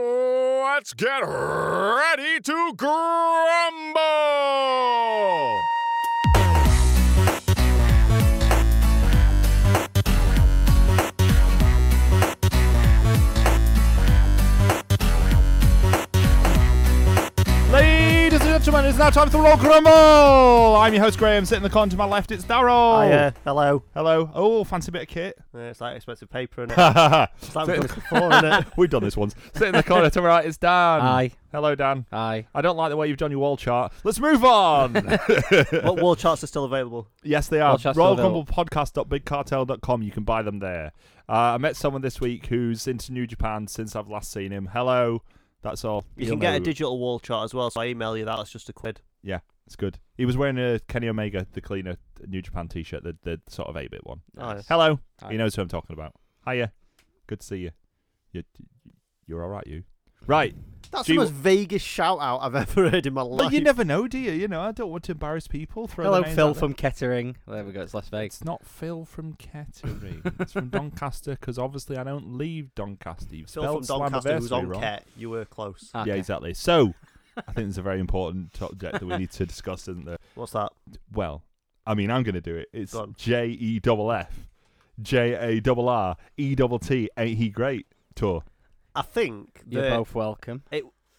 Let's get ready to grumble! Ladies and gentlemen, it's now time for the Royal Grumble. I'm your host Graham. Sitting in the corner to my left, it's Daryl. Hiya, hello. Hello. Oh, fancy bit of kit. Yeah, it's like expensive paper and We've it's like we've done this before, isn't it? done this once. Sitting in the corner to my right, it's Dan. Aye. Hello, Dan. Aye. I don't like the way you've done your wall chart. Let's move on. What wall charts are still available? yes, they are. Wall chart's Royal still available. Grumble Podcast.bigcartel.com. You can buy them there. Uh, I met someone this week who's into New Japan since I've last seen him. Hello. That's all. You You'll can get a know. digital wall chart as well, so I email you that. It's just a quid. It's good. He was wearing a Kenny Omega, the cleaner New Japan t shirt, the, the sort of 8 bit one. Nice. Hello. Hi. He knows who I'm talking about. Hiya. Good to see you. You, you're all right, you. Right. That's Do you- the most vaguest shout out I've ever heard in my life. But you never know, do you? You know, I don't want to embarrass people. Throw Hello, their names Phil out there. from Kettering. There we go. It's Las Vegas. It's not Phil from Kettering. it's from Doncaster because obviously I don't leave Doncaster. You've Phil from spelled Doncaster who's Slammiversary on wrong. Ket. You were close. Ah, Yeah, okay. exactly. So I think there's a very important subject that we need to discuss, isn't there? What's that? Well, I mean, I'm going to do it. It's Go on. J E double F, J A double R E double T. Ain't he great? Tour. I think You're that- both welcome.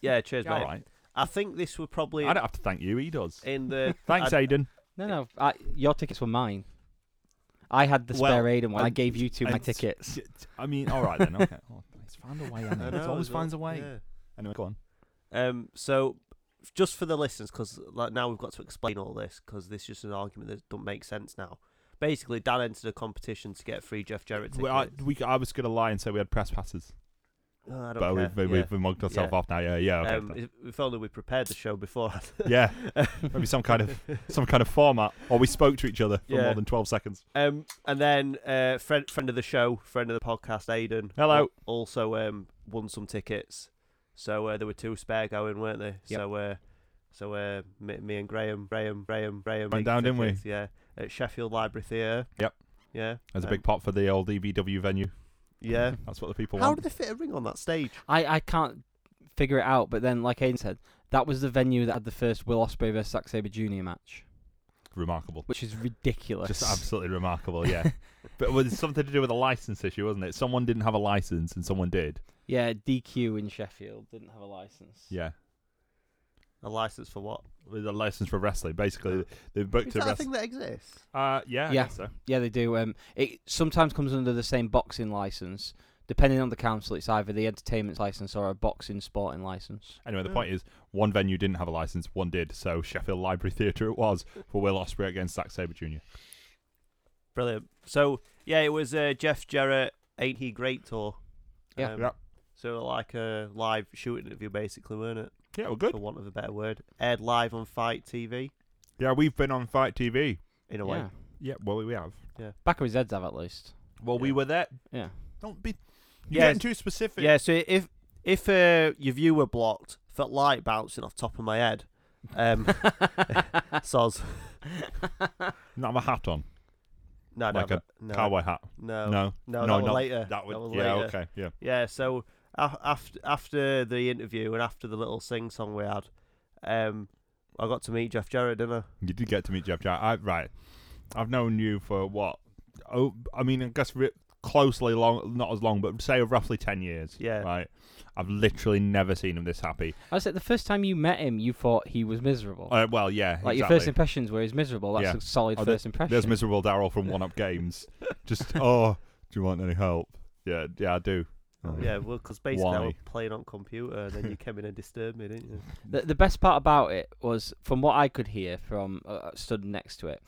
Yeah, cheers, All mate. right. I think this were probably I don't have to thank you. He does. in the Thanks, I, Aidan. No, no. I, your tickets were mine. I had the Well, spare Aiden one. I and- gave you two my and- tickets. I mean, all right then. Okay. Oh, he's found a way. I hasn't he? know, He always it's finds a all- way. yeah. Anyway, go on. Um, so just for the listeners, because like now we've got to explain all this because this is just an argument that don't make sense now. Basically, Dan entered a competition to get a free Jeff Jarrett ticket. Well, I, we, I was going to lie and say we had press passes, Oh, I but don't care. we've, we've, yeah. we've mugged ourselves off now. Yeah, yeah. okay. um, if, if only we prepared the show before. yeah, maybe some kind of some kind of format, or we spoke to each other for Yeah. more than twelve seconds. um, and then uh, friend friend of the show, friend of the podcast, Aidan. Hello. al- Also um, won some tickets, so uh, there were two spare going, weren't there? Yep. So uh, so uh, me, me and Graham, Graham, Graham, Graham Went big down, didn't we? tickets, Yeah, at Sheffield Library Theatre. Yep. Yeah. There's a um, big pot for the old EVW venue. Yeah. That's what the people How want. did they fit a ring on that stage? I, I can't figure it out, but then, like Aiden said, that was the venue that had the first Will Ospreay versus Zack Sabre Jr. match, Remarkable. which is ridiculous. Just absolutely remarkable, yeah. but it was something to do with a license issue, wasn't it? Someone didn't have a license and someone did. yeah, DQ in Sheffield didn't have a license. Yeah. A license for what? With a license for wrestling. Basically, they booked Is a that a wrestling. thing that exists? Uh, yeah, I Yeah. guess so. Yeah, they do. Um, it sometimes comes under the same boxing license. Depending on the council, it's either the entertainment license or a boxing sporting license. Anyway, the Yeah. point is, one venue didn't have a license, one did. So Sheffield Library Theatre it was for Will Osprey against Zack Sabre Jr. Brilliant. So yeah, it was uh, Jeff Jarrett, Ain't He Great tour. Yeah. Um, Yep. So like a live shooting interview, basically, weren't it? Yeah, well, good. For want of a better word, aired live on Fight TV Yeah, we've been on Fight TV. in a way. Yeah. Yeah, well, we have. Back of his head's have at least. Well, we Yeah. were there. Yeah. Don't be. You're Yes. getting too specific. Yeah. So if if uh, your view were blocked, felt light bouncing off top of my head. Um, soz. Not have a hat on. No, Like no, a no, Cowboy hat. No, No. no, that one not- later. That would. one yeah, later. okay. Yeah. Yeah, so a- after after the interview and after the little sing song we had, um, I got to meet Jeff Jarrett, didn't I? You did get to meet Jeff Jarrett. I, right. I've known you for what? Oh, I mean, I guess ri closely long, not as long, but say roughly 10 years. Yeah. Right. I've literally never seen him this happy. I said the first time you met him, you thought he was miserable. Uh, well, yeah. like exactly. your first impressions were he's miserable. That's Yeah. a solid Oh, there- first impression. There's miserable Daryl from One Up Games. Just, oh, do you want any help? Yeah, yeah, I do. Oh. Yeah, well, because basically I Why? was playing on computer, and then you came in and disturbed me, didn't you? the, the best part about it was, from what I could hear from uh, stood next to it,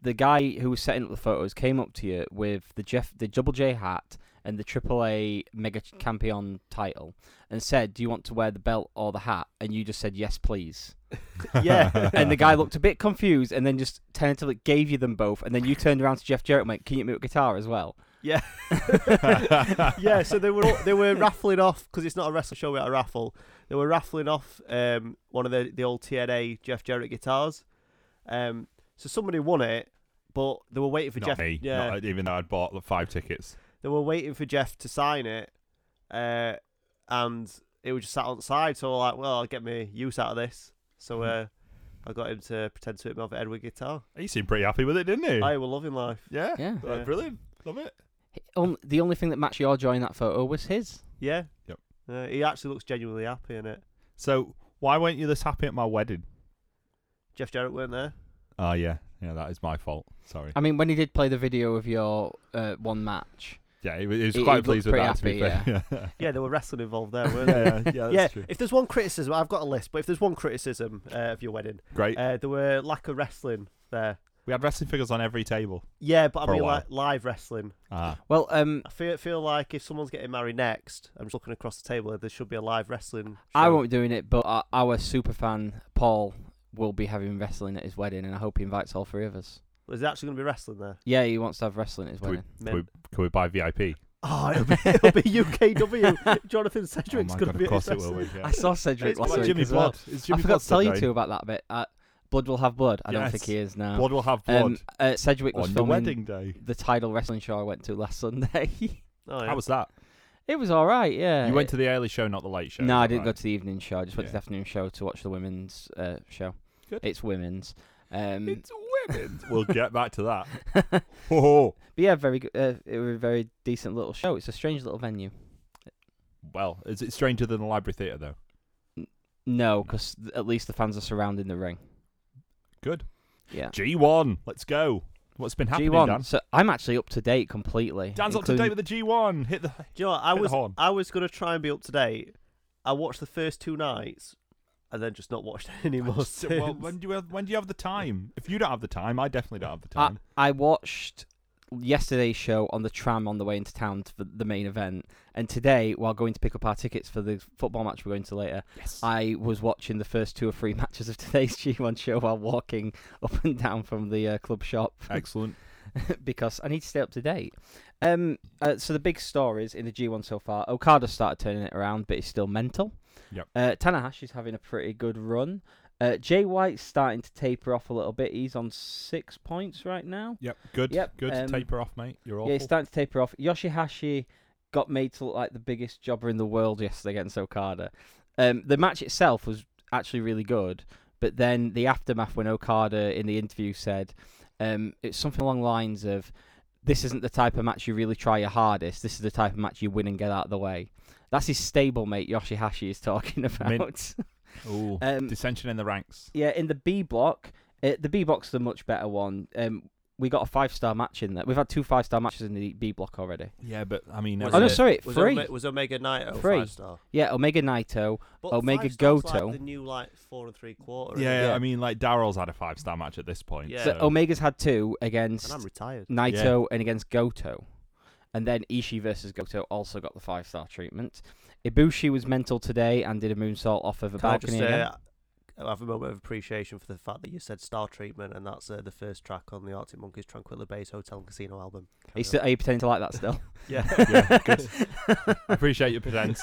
the guy who was setting up the photos came up to you with the Jeff, the double J hat and the triple A mega campion title, and said, "Do you want to wear the belt or the hat?" And you just said, "Yes, please." Yeah, and the guy looked a bit confused, and then just tentatively gave you them both, and then you turned around to Jeff Jarrett and went, "Can you make guitar as well?" yeah. So they were all- they were raffling off because it's not a wrestling show without a raffle. They were raffling off um one of the the old TNA Jeff Jarrett guitars. Um, so somebody won it, but they were waiting for Not Jeff. me. Yeah, Not, uh, even though I'd bought like, five tickets. they were waiting for Jeff to sign it, uh, and it was just sat on the side. So like, well, I'll get my use out of this. So Mm-hmm. uh, I got him to pretend to hit me off Edward guitar. He seemed pretty happy with it, didn't he? I were loving life. yeah. Yeah. Uh, Yeah. Brilliant. Love it. He- on- the only thing that matched your joy in that photo was his. Yeah. Yep. Uh, he actually looks genuinely happy in it. So, why weren't you this happy at my wedding? Jeff Jarrett weren't there. Oh, yeah. Yeah, that is my fault. Sorry. I mean, when he did play the video of your uh, one match, Yeah, he was, he was He- quite he pleased with looked that, pretty to be fair. Yeah. Yeah, there were wrestling involved there, yeah, weren't there? yeah, yeah, that's yeah, true. if there's one criticism, I've got a list, but if there's one criticism uh, of your wedding, Great. uh, there were lack of wrestling there. we had wrestling figures on every table. Yeah, but I For a mean while. like live wrestling. Ah, well, um, I feel feel like if someone's getting married next, I'm just looking across the table. There should be a live wrestling. I show. won't be doing it, but our, our super fan Paul will be having wrestling at his wedding, and I hope he invites all three of us. Is there actually going to be wrestling there? Yeah, he wants to have wrestling at his Can we- wedding. can we, can we buy VIP? Oh, it'll be, it'll be UKW. Jonathan Oh Cedric's my going God, to be. of at course his it will. wrestling. be, I yeah. saw Cedric It's last like week Jimmy as well. Blood. It's Jimmy I forgot Blood to tell you today. two about that bit. Uh, blood will have blood. I don't Yes. think he is now. Blood will have blood Um, uh, Sedgwick was on the filming wedding day. the title wrestling show I went to last Sunday. Oh, yeah. How was that? it was all right. Yeah. You went to the early show, not the late show. No, is I that didn't go right? to the evening show. I just went to Yeah. the afternoon show to watch the women's uh, show. Good. It's women's. Um, It's women. we'll get back to that. Oh, But yeah, very good. Uh, it was a very decent little show. It's a strange little venue. well, is it stranger than the Library Theatre though? No, because at least the fans are surrounding the ring. Good. Yeah. G one. Let's go. What's been happening, G1. Dan? So I'm actually up to date completely. Dan's up to date including- with the G one. Hit the. Do you know what? I Hit the was horn. I was going to try and be up to date. I watched the first two nights, and then just not watched any more. Just- well, since. when do you have, when do you have the time? If you don't have the time, I definitely don't have the I, time. I watched yesterday's show on the tram on the way into town for the main event, and today, while going to pick up our tickets for the football match we're going to later, yes. I was watching the first two or three matches of today's G1 show while walking up and down from the uh, club shop Excellent. because I need to stay up to date. Um, uh, so the big stories in the G1 so far: Okada started turning it around, but it's still mental. Yep. Uh, Tanahashi's having a pretty good run. Uh, Jay White's starting to taper off a little bit. He's on six points right now. Yep. Good. Yep, Good. um, Taper off, mate. You're awful. Yeah, he's starting to taper off. Yoshihashi got made to look like the biggest jobber in the world yesterday against Okada. Um, the match itself was actually really good, but then the aftermath when Okada in the interview said um, it's something along the lines of this isn't the type of match you really try your hardest. This is the type of match you win and get out of the way. That's his stable mate Yoshihashi is talking about. Ooh. um, Dissension in the ranks. yeah, in the B block, uh, the B block's the much better one. Um, we got a five star match in there. We've had two five star matches in the B block already. Yeah, but I mean, uh, Was oh every- no, it- sorry, was three. Omega, was Omega Knight Three. five star? Yeah, Omega Naito. But Omega five stars Goto. Like the new like four and three quarter. Yeah, Yeah. Oh, I mean, like Daryl's had a five star match at this point. Yeah. So so- Omega's had two and against I'm retired. Naito and against Goto. And then Ishii versus Goto also got the five star treatment. Ibushi was mental today and did a moonsault off of a Can I balcony. just again. uh, have a moment of appreciation for the fact that you said Star Treatment, and that's uh, the first track on the Arctic Monkeys Tranquilla Base Hotel and Casino album. Are you still, are you pretending to like that still? Yeah. Yeah, good. I appreciate your presence.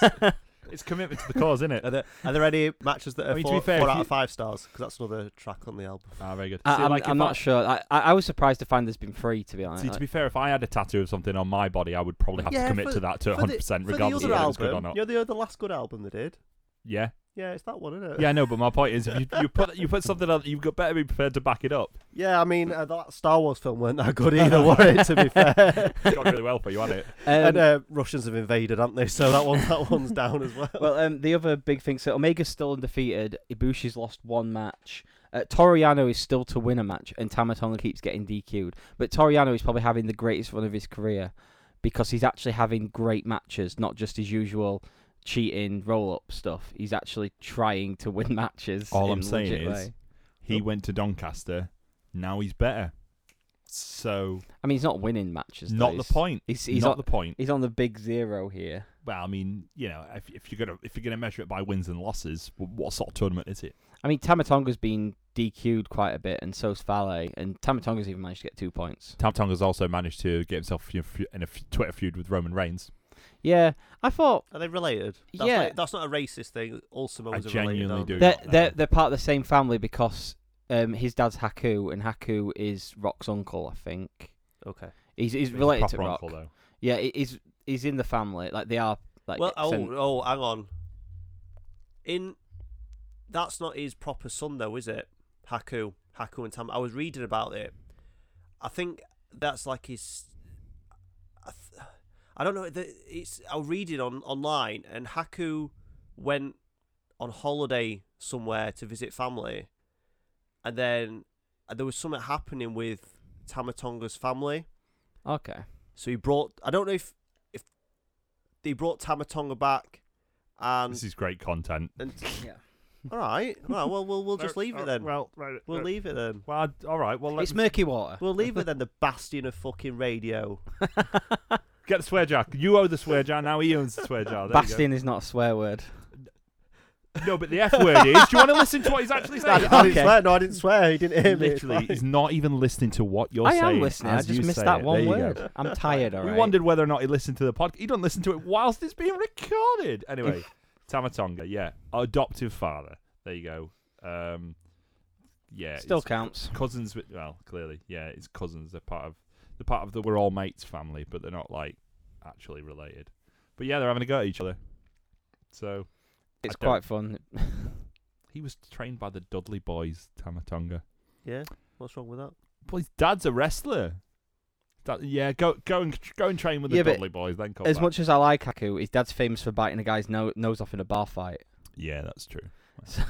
it's commitment to the cause, isn't it? Are there, are there any matches that are I mean, to four, be fair, four if out you- of five stars? Because that's another track on the album. Ah, very good. I, See, am like, if not I- sure. I, I, I was surprised to find there's been three, to be honest. See, to be fair, if I had a tattoo of something on my body, I would probably have Yeah, to commit for- to that to 100, percent regardless for of the other whether album, it's good or not. you know the other last good album they did. Yeah, Yeah, it's that one, isn't it? yeah, I know. But my point is, if you, you put you put something on, you've got better be prepared to back it up. Yeah, I mean uh, that Star Wars film weren't that good either, were it? To be fair, It's gone really well for you, hasn't it? and Um, uh, Russians have invaded, haven't they? So that one, that one's down as well. well, um, the other big thing, so Omega's still undefeated. Ibushi's lost one match. Uh, Toriano is still to win a match, and Tamatonga keeps getting DQ'd. But Toriano is probably having the greatest run of his career because he's actually having great matches, not just his usual cheating roll up stuff. He's actually trying to win matches. All in I'm a saying legit is- way. He went to Doncaster. Now he's better. So I mean, he's not winning matches. though. not the He's- point. He's, he's, not on, the point. he's on the big zero here. Well, I mean, you know, if, if you're gonna if you're gonna measure it by wins and losses, w- what sort of tournament is it? I mean, Tamatonga's been DQ'd quite a bit, and so's Fale, and Tamatonga's even managed to get two points. Tam Tong has also managed to get himself in a fe- in a f- Twitter feud with Roman Reigns. Yeah, I thought Are they related? That's Yeah. like- that's not a racist thing. All I Samoans are related. genuinely aren't do. they? they're not know. they're, they're part of the same family because um his dad's Haku and Haku is Rock's uncle, I think. Okay. He's he's He's a related to proper Rock. uncle, though. yeah, he- he's he's in the family. Like they are like Well, oh, sen- oh, hang on. in that's not his proper son though, is it? Haku, Haku and Tam. I was reading about it. I think that's like his. I, th- I don't know. The, it's I read it on online, and Haku went on holiday somewhere to visit family, and then uh, there was something happening with Tamatonga's family. Okay. So he brought. I don't know if if they brought Tamatonga back, and This is great content. and Yeah. all right, well, well, we'll, we'll just Uh, leave uh, it then. Well, right, We'll uh, leave it then. Well, I'd- all right. Well, let's It's murky water. We'll leave it then. The bastion of fucking radio. get the swear jar. You owe the swear jar. Now he owns the swear jar. There you go. Bastion is not a swear word. No, but the F word is. Do you want to listen to what he's actually I, saying? I didn't Okay. swear. No, I didn't swear. He didn't hear me. It's Literally, fine. he's not even listening to what you're I saying. am listening. I as just you missed say that it. one There you go. word. I'm tired already. We wondered whether or not he listened to the podcast. He doesn't listen to it whilst it's being recorded. Anyway, Tamatonga, yeah, adoptive father. There you go. Um, yeah, Still it's counts. cousins. With, well, clearly, yeah, it's cousins. They're part of they're part of the we're all mates family, but they're not like actually related. But yeah, they're having a go at each other. So It's don't- quite fun. he was trained by the Dudley Boys, Tamatonga. Yeah. What's wrong with that? But his dad's a wrestler. That, yeah, go go and go and train with the Yeah, but Dudley Boys, then come As back. much as I like Haku, his dad's famous for biting a guy's no- nose off in a bar fight. Yeah, that's true. So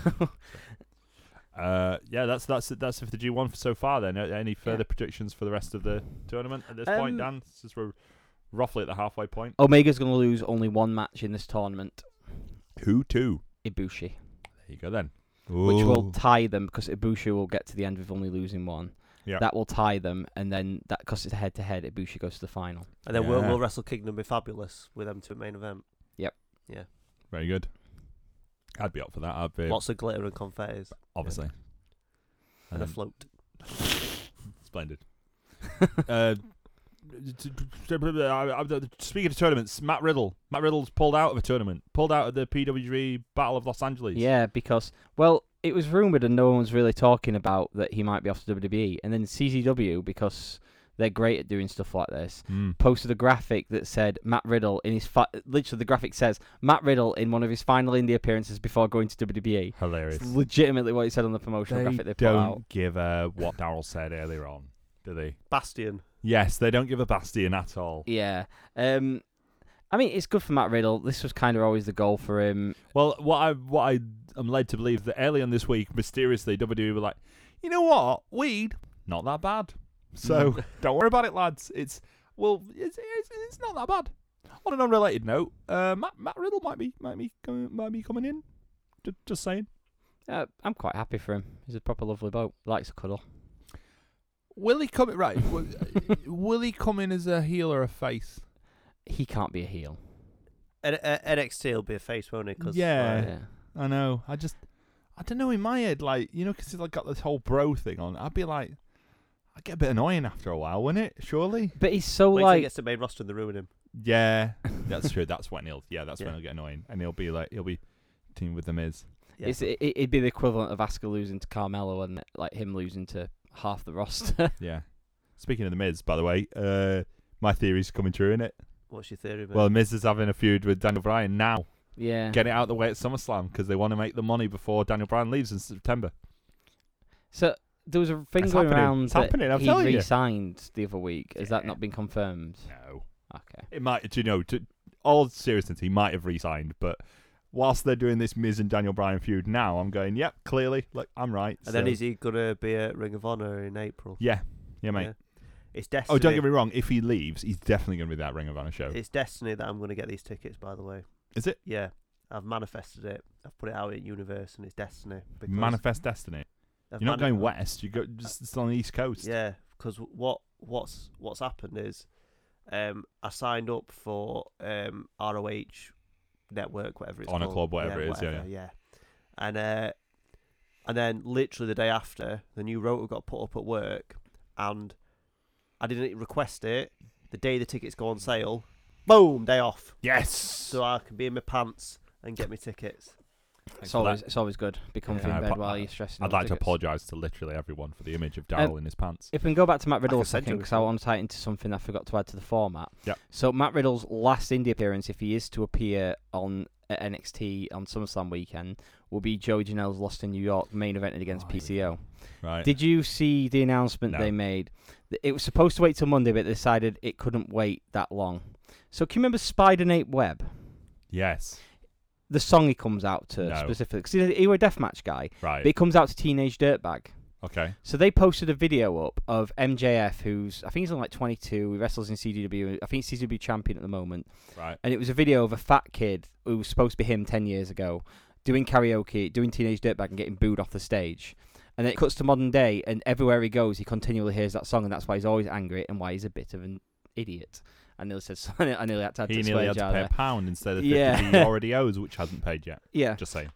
Uh, yeah, that's that's that's for the G one so far. Then A- any further predictions for the rest of the tournament at this point, Um, Dan? Since we're roughly at the halfway point, Omega's going to lose only one match in this tournament. who two? Ibushi, There you go then. which will tie them because Ibushi will get to the end with only losing one. Yeah. That will tie them, and then that because it's head to head, Ibushi goes to the final. And then we'll, Yeah. we'll Wrestle Kingdom be fabulous with them to a main event. very good. I'd be up for that. I'd be Lots of glitter and confettis obviously. and a Um, float. Splendid. uh, speaking of tournaments, Matt Riddle. Matt Riddle's pulled out of a tournament. Pulled out of the PWG Battle of Los Angeles. Yeah, because well, it was rumored and no one was really talking about that he might be off to WWE, and then CZW because they're great at doing stuff like this. Mm. posted a graphic that said Matt Riddle in his fi- literally the graphic says Matt Riddle in one of his final indie appearances before going to WWE. Hilarious. It's legitimately what it said on the promotional They graphic they put don't out. give a what Daryl said earlier on, do they? Bastion. Yes, they don't give a bastion at all. Yeah. Um I mean it's good for Matt Riddle. This was kind of always the goal for him. Well, what I what I am led to believe that early on this week, mysteriously WWE were like, you know what, weed not that bad, so don't worry about it, lads. It's well, it's it's, it's not that bad. On an unrelated note, uh, Matt, Matt Riddle might be might be coming, might be coming in. Just, just saying. Uh, I'm quite happy for him. He's a proper lovely bloke. Likes a cuddle. Will he come in right? will- will he come in as a heel or a face? He can't be a heel. N- uh, NXT will be a face, won't it? 'Cause, Yeah. uh, Yeah. I know. I just, I don't know. In my head, like you know, because he's like got this whole bro thing on. I'd be like, I'd get a bit annoying after a while, wouldn't it? Surely. But he's so wait till he like gets to main roster and they ruin him. Yeah, that's true. That's when he'll. Yeah, that's Yeah. when he'll get annoying, and he'll be like, he'll be teamed with the Miz. Yeah. it's, it, it'd be the equivalent of Asuka losing to Carmelo and like him losing to half the roster. Yeah. Speaking of the Miz, by the way, uh, my theory's coming true, isn't it? What's your theory, mate? Well, Miz is having a feud with Daniel Bryan now. yeah. Get it out of the way at SummerSlam because they want to make the money before Daniel Bryan leaves in September. So there was a thing It's going happening. around It's that happening, I'm he telling you. re-signed the other week. Has that Yeah. not been confirmed? No. Okay. It might, do you know, to all seriousness, he might have re-signed, but whilst they're doing this Miz and Daniel Bryan feud now, I'm going, yep, clearly, look, I'm right. and then so- is he gonna be at Ring of Honor in April? yeah, yeah, mate. Yeah. It's destiny. oh, don't get me wrong. If he leaves, he's definitely going to be that Ring of Honor show. It's destiny that I'm gonna get these tickets. By the way, Is it yeah, I've manifested it. I've put it out in universe, and it's destiny. because manifest destiny? I've You're not mani- going west. You go just it's on the east coast. Yeah, because what what's what's happened is, um, I signed up for um ROH network, whatever it's Honor called. Club, whatever it is, yeah, whatever, yeah. And uh, and then literally the day after, the new rotor got put up at work, and I didn't request it. The day the tickets go on sale, boom, day off, Yes. so I can be in my pants and get my tickets. It's for always that. it's alwaways good. Be comfy Yeah, in I bed apo- while you're stressing. I'd over like to tickets. apologise to literally everyone for the image of Daryl in his pants. Um, If we can go back to Matt Riddle a could send second, you a because I want to tie it into something I forgot to add to the format. Yep. So Matt Riddle's last indie appearance, if he is to appear on at NXT on SummerSlam weekend, will be Joey Janela's Lost in New York main evented against Oh, yeah. PCO. Right. Did you see the announcement No. they made? Th- It was supposed to wait till Monday, but they decided it couldn't wait that long. So can you remember Spider Nate Webb? yes. The song he comes out to No. specifically, because he, he was a deathmatch guy, Right. but he comes out to Teenage Dirtbag. okay. So they posted a video up of MJF, who's I think he's on like 22. He wrestles in CDW. I think he's CDW champion at the moment. Right. And it was a video of a fat kid who was supposed to be him 10 years ago, doing karaoke, doing Teenage Dirtbag, and getting booed off the stage. And then it cuts to modern day, and everywhere he goes, he continually hears that song, and that's why he's always angry and why he's a bit of an idiot. I nearly said, I nearly had to add He to nearly swear had to jar pay a there. pound instead of Yeah. 50 he already owes, which hasn't paid yet. Yeah, Just saying.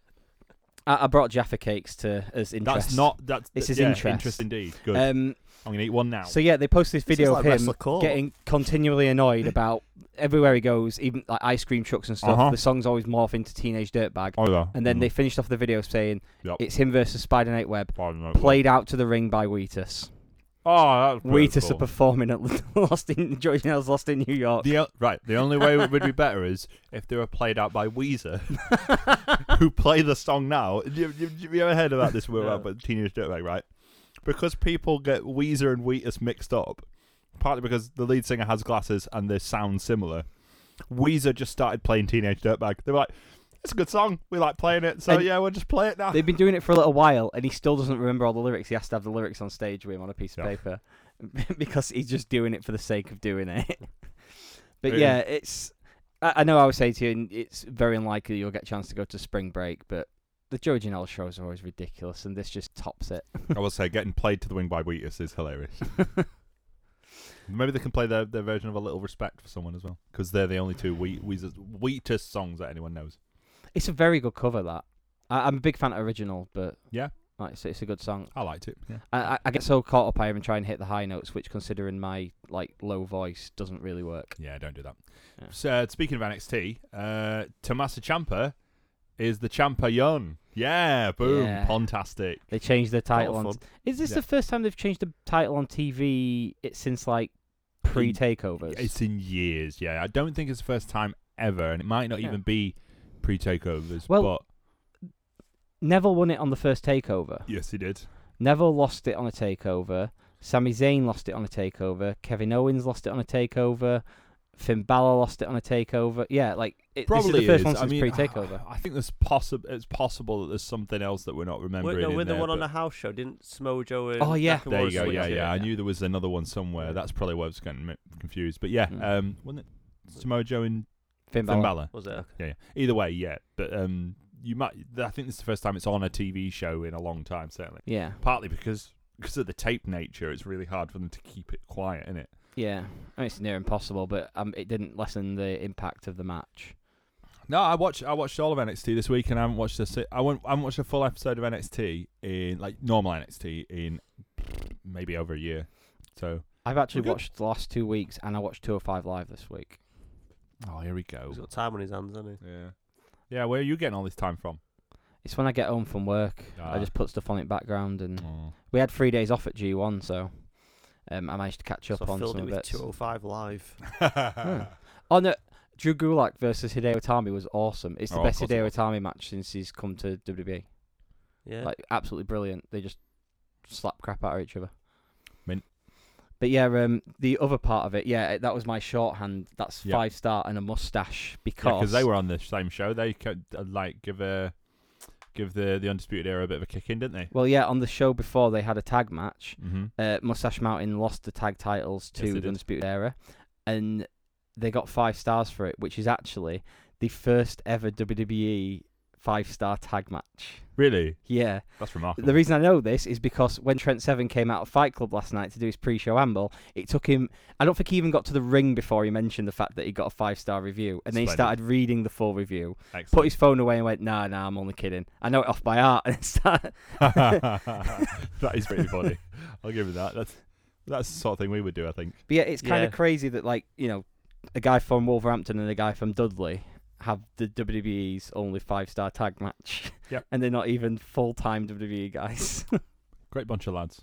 I, I brought Jaffa cakes to as interest. That's not. That's This is yeah, interest. indeed. Good. Um, I'm gonna eat one now. so yeah, they posted this This is video like of him. Wrestle Court. getting continually annoyed about everywhere he goes, even like ice cream trucks and stuff. Uh-huh. The songs always morph into Teenage Dirtbag. oh yeah. And then Mm. they finished off the video saying Yep. it's him versus Spider Nate Web, Pardon that. played out to the ring by Wheatus. Oh, that's pretty Wheatus cool. are performing at Lost in George Nell's Lost in New York. The o- right, the only way it would be better is if they were played out by Weezer, who play the song now. Have you, you, you ever heard about this? We're No. about Teenage Dirtbag, right? Because people get Weezer and Wheatus mixed up, partly because the lead singer has glasses and they sound similar. Weezer just started playing Teenage Dirtbag. They were like, "It's a good song. We like playing it, so And yeah, we'll just play it now." They've been doing it for a little while, and he still doesn't remember all the lyrics. He has to have the lyrics on stage with him on a piece of Yeah. paper because he's just doing it for the sake of doing it. but It is. yeah, it's. I, I know I was saying to you, and it's very unlikely you'll get a chance to go to spring break, but the Joe Janelle shows are always ridiculous, and this just tops it. I will say, getting played to the wing by Wheatus is hilarious. Maybe they can play their, their version of a little respect for someone as well, because they're the only two Wheat Weezer, Wheatus songs that anyone knows. it's a very good cover, that. I, I'm a big fan of original, but. Yeah. Like, it's, it's a good song. I liked it. Yeah. I, I, I get so caught up I even try and hit the high notes, which, considering my like low voice, doesn't really work. Yeah, don't do that. Yeah. So speaking of NXT, uh, Tomasa Champa is the champion. Yeah, boom, Yeah. fantastic. They changed their title on Is this Yeah. the first time they've changed the title on TV it, since like pre takeovers? It's in years. Yeah, I don't think it's the first time ever, and it might not Yeah. even be pre takeovers. Well- but Neville won it on the first takeover. yes, he did. Neville lost it on a takeover. Sami Zayn lost it on a takeover. Kevin Owens lost it on a takeover. Finn Balor lost it on a takeover. Yeah, like it, Probably this is the first is. one I since mean, pre takeover. I think there's possible. It's possible that there's something else that we're not remembering. Wait, no, in with the there, one on but- the house show, didn't Smojo and Oh, yeah. Nakamura There you go. switch Yeah, it? yeah. I knew there was another one somewhere. That's probably where I was getting mi- confused. But yeah, Mm. um, wasn't it Samojo and Finn Balor. Finn Balor? Was it? Yeah, yeah. Either way, yeah. But um, you might. I think this is the first time it's on a TV show in a long time, certainly. Yeah, Partly because because of the tape nature, it's really hard for them to keep it quiet, is it? yeah. I mean, it's near impossible, but um, it didn't lessen the impact of the match. No, I watched I watched all of NXT this week, and I haven't watched a si- I went I haven't watched a full episode of NXT in like normal NXT in maybe over a year. So I've actually We're good. watched the last two weeks, and I watched 205 Live this week. oh, here we go. He's got time on his hands, hasn't he? Yeah, yeah. Where are you getting all this time from? It's when I get home from work. Ah. I just put stuff on it background, and Oh. we had three days off at G1, so um, I managed to catch up so I on filled some it of with it. 205 live. Oh no, Drew Gulak versus Hideo Itami was awesome. It's the Oh, of best course it Hideo was. Itami match since he's come to WWE. Yeah. Like absolutely brilliant. They just slap crap out of each other. Mint. But yeah, um, the other part of it, yeah, that was my shorthand. That's Yeah. five star and a mustache because because they were on the same show. They could uh, like give a give the the undisputed era a bit of a kick in, didn't they? Well, yeah, on the show before they had a tag match. Mm-hmm. uh, Mustache Mountain lost the tag titles Yes, they to did. the Undisputed Era, and they got five stars for it, which is actually the first ever WWE five star tag match. Really, Yeah. that's remarkable. The reason I know this is because when Trent Seven came out of Fight Club last night to do his pre show amble, it took him, I don't think he even got to the ring before he mentioned the fact that he got a five star review. And then he Splendid. started reading the full review, put Excellent. his phone away and went, nah, nah, I'm only kidding. I know it off by heart. And started, that is pretty funny. I'll give you that. That's that's the sort of thing we would do, I think. But yeah, it's kind Yeah. of crazy that like you know, a guy from Wolverhampton and a guy from Dudley have the WWE's only five star tag match. Yep. and they're not even full time WWE E guys. Great bunch of lads.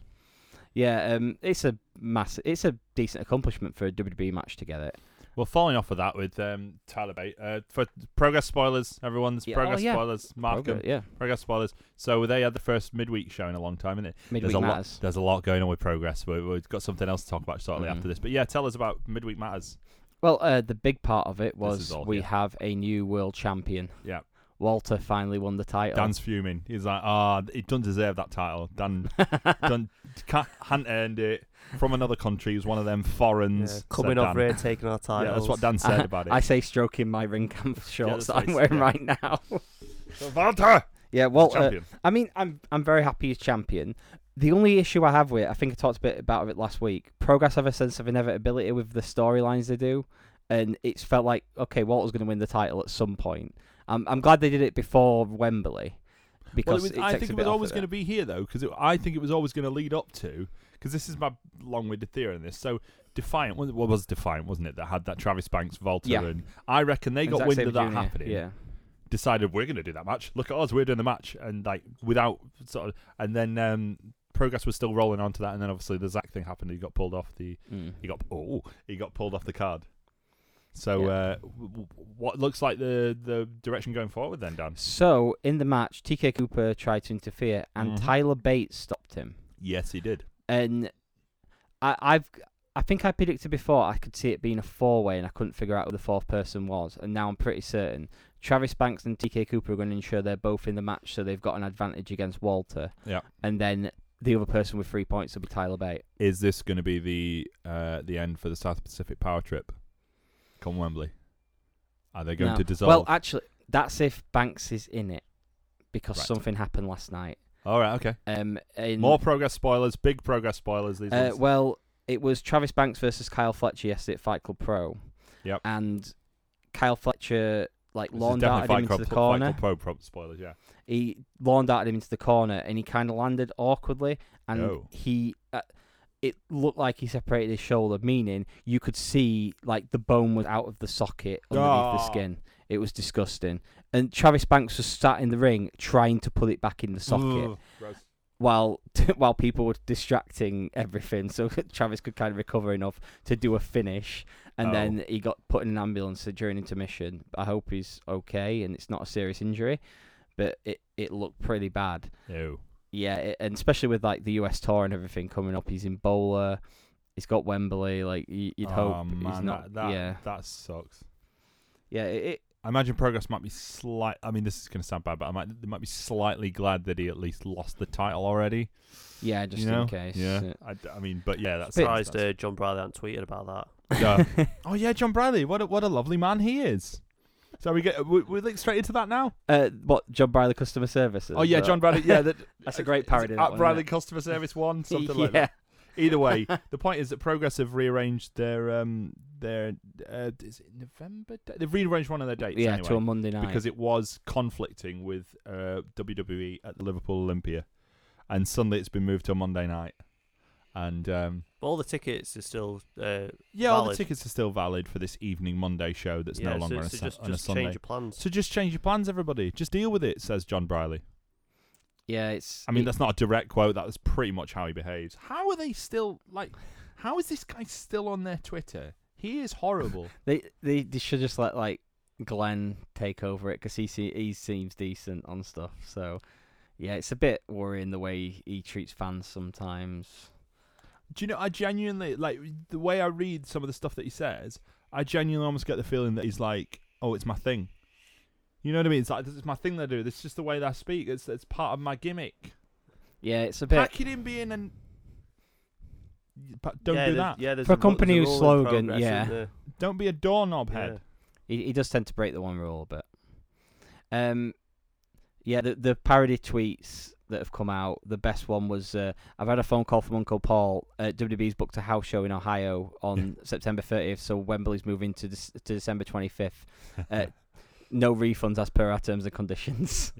yeah, um, it's a massive, it's a decent accomplishment for a WWE match to get it. Well, following off of that with um, Tyler Bate, uh, for progress spoilers, everyone's Yeah, oh, progress yeah. spoilers, mark Progress, 'em. yeah, progress spoilers. So they had the first midweek show in a long time, is it? midweek there's a matters. lot. There's a lot going on with progress. We, we've got something else to talk about shortly Mhm. after this. But yeah, tell us about midweek matters. Well, uh, the big part of it is was all, we yeah. have a new world champion. Yeah. Walter finally won the title. Dan's fuming. He's like, ah, he doesn't deserve that title. Dan, Dan can't, hadn't earned it from another country. He was one of them Yeah, foreigns. said coming Dan. over here, taking our titles. mm, Yeah, that's what Dan said about it. I say stroking my ring cam that's shorts that I'm nice, wearing yeah. right now. So Walter, yeah, uh, Walter. champion. I mean, I'm I'm very happy he's champion. The only issue I have with it, I think I talked a bit about it last week. Progress have a sense of inevitability with the storylines they do, and it's felt like okay, Walter's going to win the title at some point. I'm I'm glad they did it before Wembley Well, because it was, it I takes think a it bit was off always of going to be here though, because I think it was always going to lead up to. Because this is my long-winded theory on this. So Defiant, what was Defiant, wasn't it? That had that Travis Banks, Volta, Yeah. and I reckon they got Zack wind Sabre of that Jr., happening. Yeah, Decided we're going to do that match. Look at us, we're doing the match, and like without sort of, and then um, progress was still rolling onto that, and then obviously the Zack thing happened. He got pulled off the, Mm. he got oh, he got pulled off the card. So Yeah. uh, w- w- what looks like the the direction going forward then, Dan? So in the match, TK Cooper tried to interfere, and Mhm. Tyler Bates stopped him. Yes, he did. And I, I've, I think I predicted before I could see it being a four-way, and I couldn't figure out who the fourth person was. And now I'm pretty certain Travis Banks and TK Cooper are going to ensure they're both in the match, so they've got an advantage against Walter. Yeah. And then the other person with three points will be Tyler Bates. is this going to be the uh, the end for the South Pacific power trip? Come Wembley, are they going No. to dissolve? Well, actually, that's if Banks is in it, because Right. something happened last night. All right, okay. Um, in, More progress spoilers, big progress spoilers. These Uh, ones. well, it was Travis Banks versus Kyle Fletcher yesterday at Fight Club Pro. Yep. And Kyle Fletcher like This is lawn definitely darted him Fight into Club- the Fight corner. Club Pro, pro spoilers, yeah. He lawn darted him into the corner, and he kind of landed awkwardly, and Oh. he. Uh, it looked like he separated his shoulder, meaning you could see like the bone was out of the socket underneath the Ah. skin. It was disgusting. And Travis Banks was sat in the ring trying to put it back in the socket Ugh, gross. while while people were distracting everything, so Travis could kind of recover enough to do a finish, and Oh. then he got put in an ambulance during intermission. I hope he's okay and it's not a serious injury, but it it looked pretty bad. Ew. Yeah, it, and especially with like the US tour and everything coming up, he's in bowler. He's got Wembley. Like y- you'd Oh, hope man, he's not. that, that, Yeah, that sucks. yeah. It, it, I imagine progress might be slight. I mean, this is going to sound bad, but I might they might be slightly glad that he at least lost the title already. yeah, just you know? in case. Yeah. uh, I, d- I mean, but yeah, that's Surprised that's- uh, John Bradley hadn't tweeted about that. Yeah. Oh yeah, John Bradley. What a, what a lovely man he is. So we get we, we link straight into that now. Uh, what John Bradley customer services? Oh yeah, but- John Bradley. Yeah, that, That's a great is it parody, that At one, Bradley isn't customer service one, something yeah. like that. Either way, the point is that Progress have rearranged their um their uh, is it November? da- They've rearranged one of their dates. Yeah, anyway, to a Monday night. because it was conflicting with uh, WWE at the Liverpool Olympia, and suddenly it's been moved to a Monday night. And um, But all the tickets are still. Uh, yeah, all the Valid. tickets are still valid for this evening Monday show that's yeah, no longer so, on, a, so Sa- just, on a just Sunday. change your plans. So just change your plans, everybody. Just deal with it, says John Briley. Yeah, it's. I mean, it- that's not a direct quote. That's pretty much how he behaves. How are they still like? How is this guy still on their Twitter? He is horrible. they they, they should just let like Glenn take over it because he se- he seems decent on stuff. So yeah, it's a bit worrying the way he treats fans sometimes. Do you know? I genuinely like the way I read some of the stuff that he says. I genuinely almost get the feeling that he's like, "Oh, it's my thing." You know what I mean? It's like this is my thing. They do. This is just the way that I speak. It's it's part of my gimmick. Yeah, it's a bit Packing in being and don't yeah, do there's- that. Yeah, there's For a, ru- company there's a whose rule in slogan, progress, yeah. isn't there? Don't be a doorknob Yeah. head. he, he does tend to break the one rule, but um, yeah, the the parody tweets that have come out. The best one was uh, I've had a phone call from Uncle Paul. Uh, WWE's booked a house show in Ohio on September 30th, so Wembley's moving to Dec- to December 25th. Uh, no refunds as per our terms and conditions.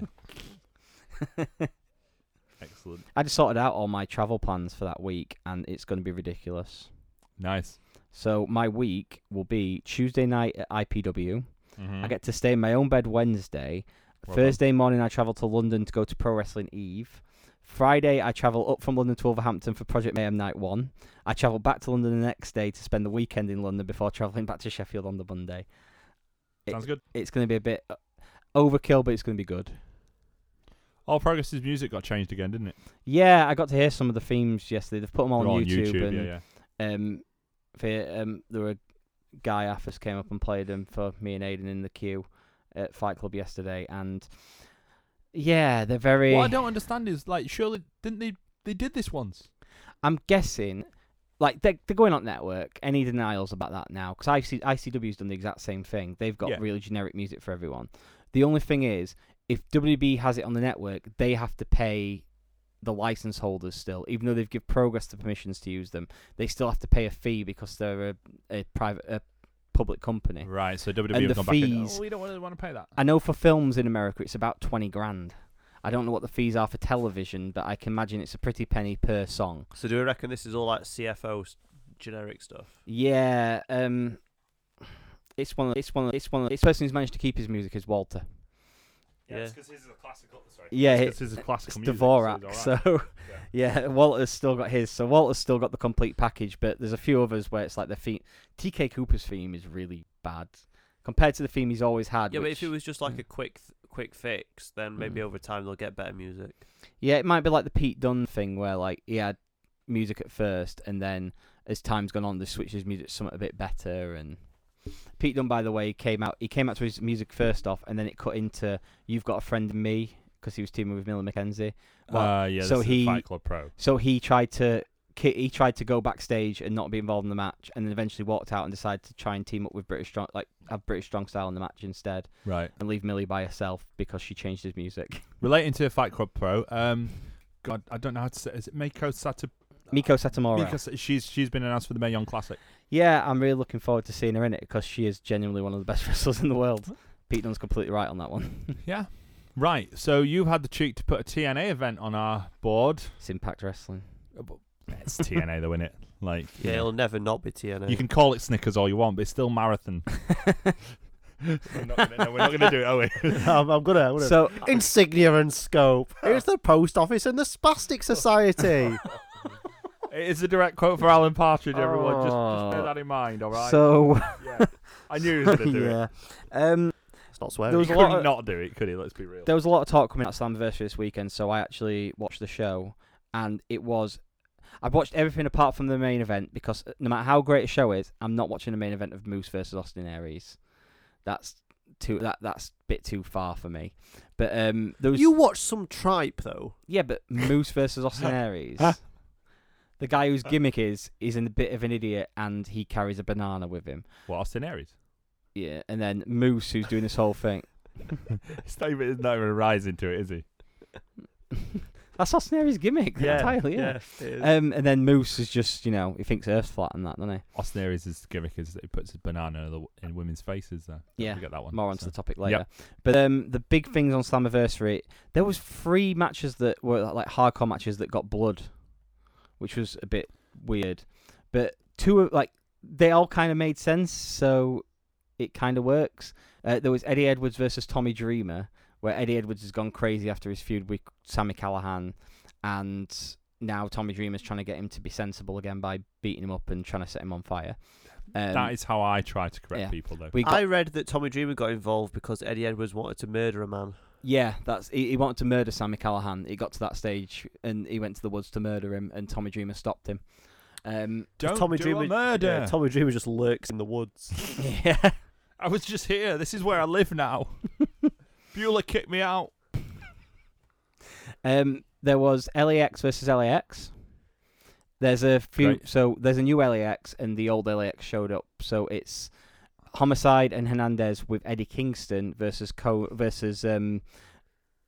Excellent. I just sorted out all my travel plans for that week, and it's going to be ridiculous. Nice. So my week will be Tuesday night at IPW, Mhm. I get to stay in my own bed Wednesday. Well done. Thursday morning, I travel to London to go to Pro Wrestling Eve. Friday, I travel up from London to Wolverhampton for Project Mayhem Night 1. I travel back to London the next day to spend the weekend in London before travelling back to Sheffield on the Monday. It- Sounds good. It's going to be a bit uh, overkill, but it's going to be good. All Progress's music got changed again, didn't it? Yeah, I got to hear some of the themes yesterday. They've put them all They're on, all YouTube, and yeah, yeah. um, for, um, there were guy Affis came up and played them for me and Aiden in the queue at Fight Club yesterday, and yeah, they're very. What I don't understand is like, surely didn't they? They did this once. I'm guessing, like they're, they're going on network. Any denials about that now? Because IC, ICW's done the exact same thing. They've got Yeah. really generic music for everyone. The only thing is, if WB has it on the network, they have to pay the license holders still, even though they've give Progress the permissions to use them. They still have to pay a fee because they're a, a private, a public company. Right. So WWE And have the gone back. And, fees. oh, we don't want to, want to pay that. I know for films in America, it's about twenty grand. I don't know what the fees are for television, but I can imagine it's a pretty penny per song. So do we reckon this is all like CFO 's generic stuff? Yeah, um, it's one. Of, it's one. Of, it's one. Of, this person who's managed to keep his music is Walter. Yeah, it's because his is a classical. Sorry. Yeah, it's it's, his is it's classical music. Dvorak. So, yeah. Walter's still got his. So Walter's still got the complete package, but there's a few others where it's like the theme. TK Cooper's theme is really bad compared to the theme he's always had. Yeah, but if which- it was just like Mm. a quick th- quick fix, then maybe Mm. over time they'll get better music. Yeah, it might be like the Pete Dunne thing where like he had music at first and then as time's gone on they switched his music to something a bit better and Pete Dunne by the way came out he came out to his music first off and then it cut into You've Got a Friend in Me because he was teaming with Miller McKenzie. Well, uh, yeah. so this is he- Fight Club Pro. So he tried to ki- he tried to go backstage and not be involved in the match and then eventually walked out and decided to try and team up with British Strong like have British Strong Style in the match instead Right. and leave Millie by herself because she changed his music. Relating to Fight Club Pro. Um, God, I don't know how to say. Is it Mako Sato? Miko Satomura. Miko Sa- she's she's been announced for the Mayon Classic. Yeah, I'm really looking forward to seeing her in it because she is genuinely one of the best wrestlers in the world. Pete Dunne's completely right on that one. Yeah. Right. So you had the cheek to put a TNA event on our board. it's Impact Wrestling. It's TNA though, innit? Like you Yeah, know. it'll never not be TNA. You can call it Snickers all you want, but it's still marathon. we're not gonna, no, we're not gonna do it, are we? I'm, I'm gonna. I'm So Insignia and scope. Here's the post office and the Spastic Society. It is a direct quote for Alan Partridge. Everyone, just, just bear Oh. that in mind. All right. so yeah. I knew he was gonna do it. yeah. Um, it's not There swearing. was He a lot couldn't of- not do it, could he? Let's be real. there was a lot of talk coming out of Slammiversary this weekend, so I actually watched the show, and it was. I've watched everything apart from the main event because uh, no matter how great a show is, I'm not watching the main event of Moose versus Austin Aries. That's too that that's a bit too far for me. But um, there was You watch some tripe though. Yeah, but Moose versus Austin Aries. the guy whose gimmick is is in a bit of an idiot and he carries a banana with him. What Austin Aries? Yeah, and then Moose who's doing this whole thing. It's not even, it's not even rising to it, is he? That's Austin Aries' gimmick entirely. Yeah. Um, and then Moose is just you know he thinks Earth's flat and that, doesn't Austin Aries' gimmick is that he puts his banana in, the, in women's faces. There, he? Yeah. forget that one. More onto so. the topic Yep. later. But um, the big things on Slammiversary, there was three matches that were like hardcore matches that got blood, which was a bit weird. But two of like they all kind of made sense, so it kind of works. Uh, there was Eddie Edwards versus Tommy Dreamer, where Eddie Edwards has gone crazy after his feud with Sammy Callahan, and now Tommy Dreamer's trying to get him to be sensible again by beating him up and trying to set him on fire. Um, that is how I try to correct yeah. people, though. we got I read that Tommy Dreamer got involved because Eddie Edwards wanted to murder a man. Yeah, that's he, he wanted to murder Sammy Callahan. He got to that stage and he went to the woods to murder him, and Tommy Dreamer stopped him. Um, Don't Tommy do a Dreamer- murder. Yeah, Tommy Dreamer just lurks in the woods. yeah, I was just here. This is where I live now. Bueller kicked me out. um, there was LAX versus LAX. There's a few, Great. so there's a new LAX and the old LAX showed up. So it's Homicide and Hernandez with Eddie Kingston versus Co versus um,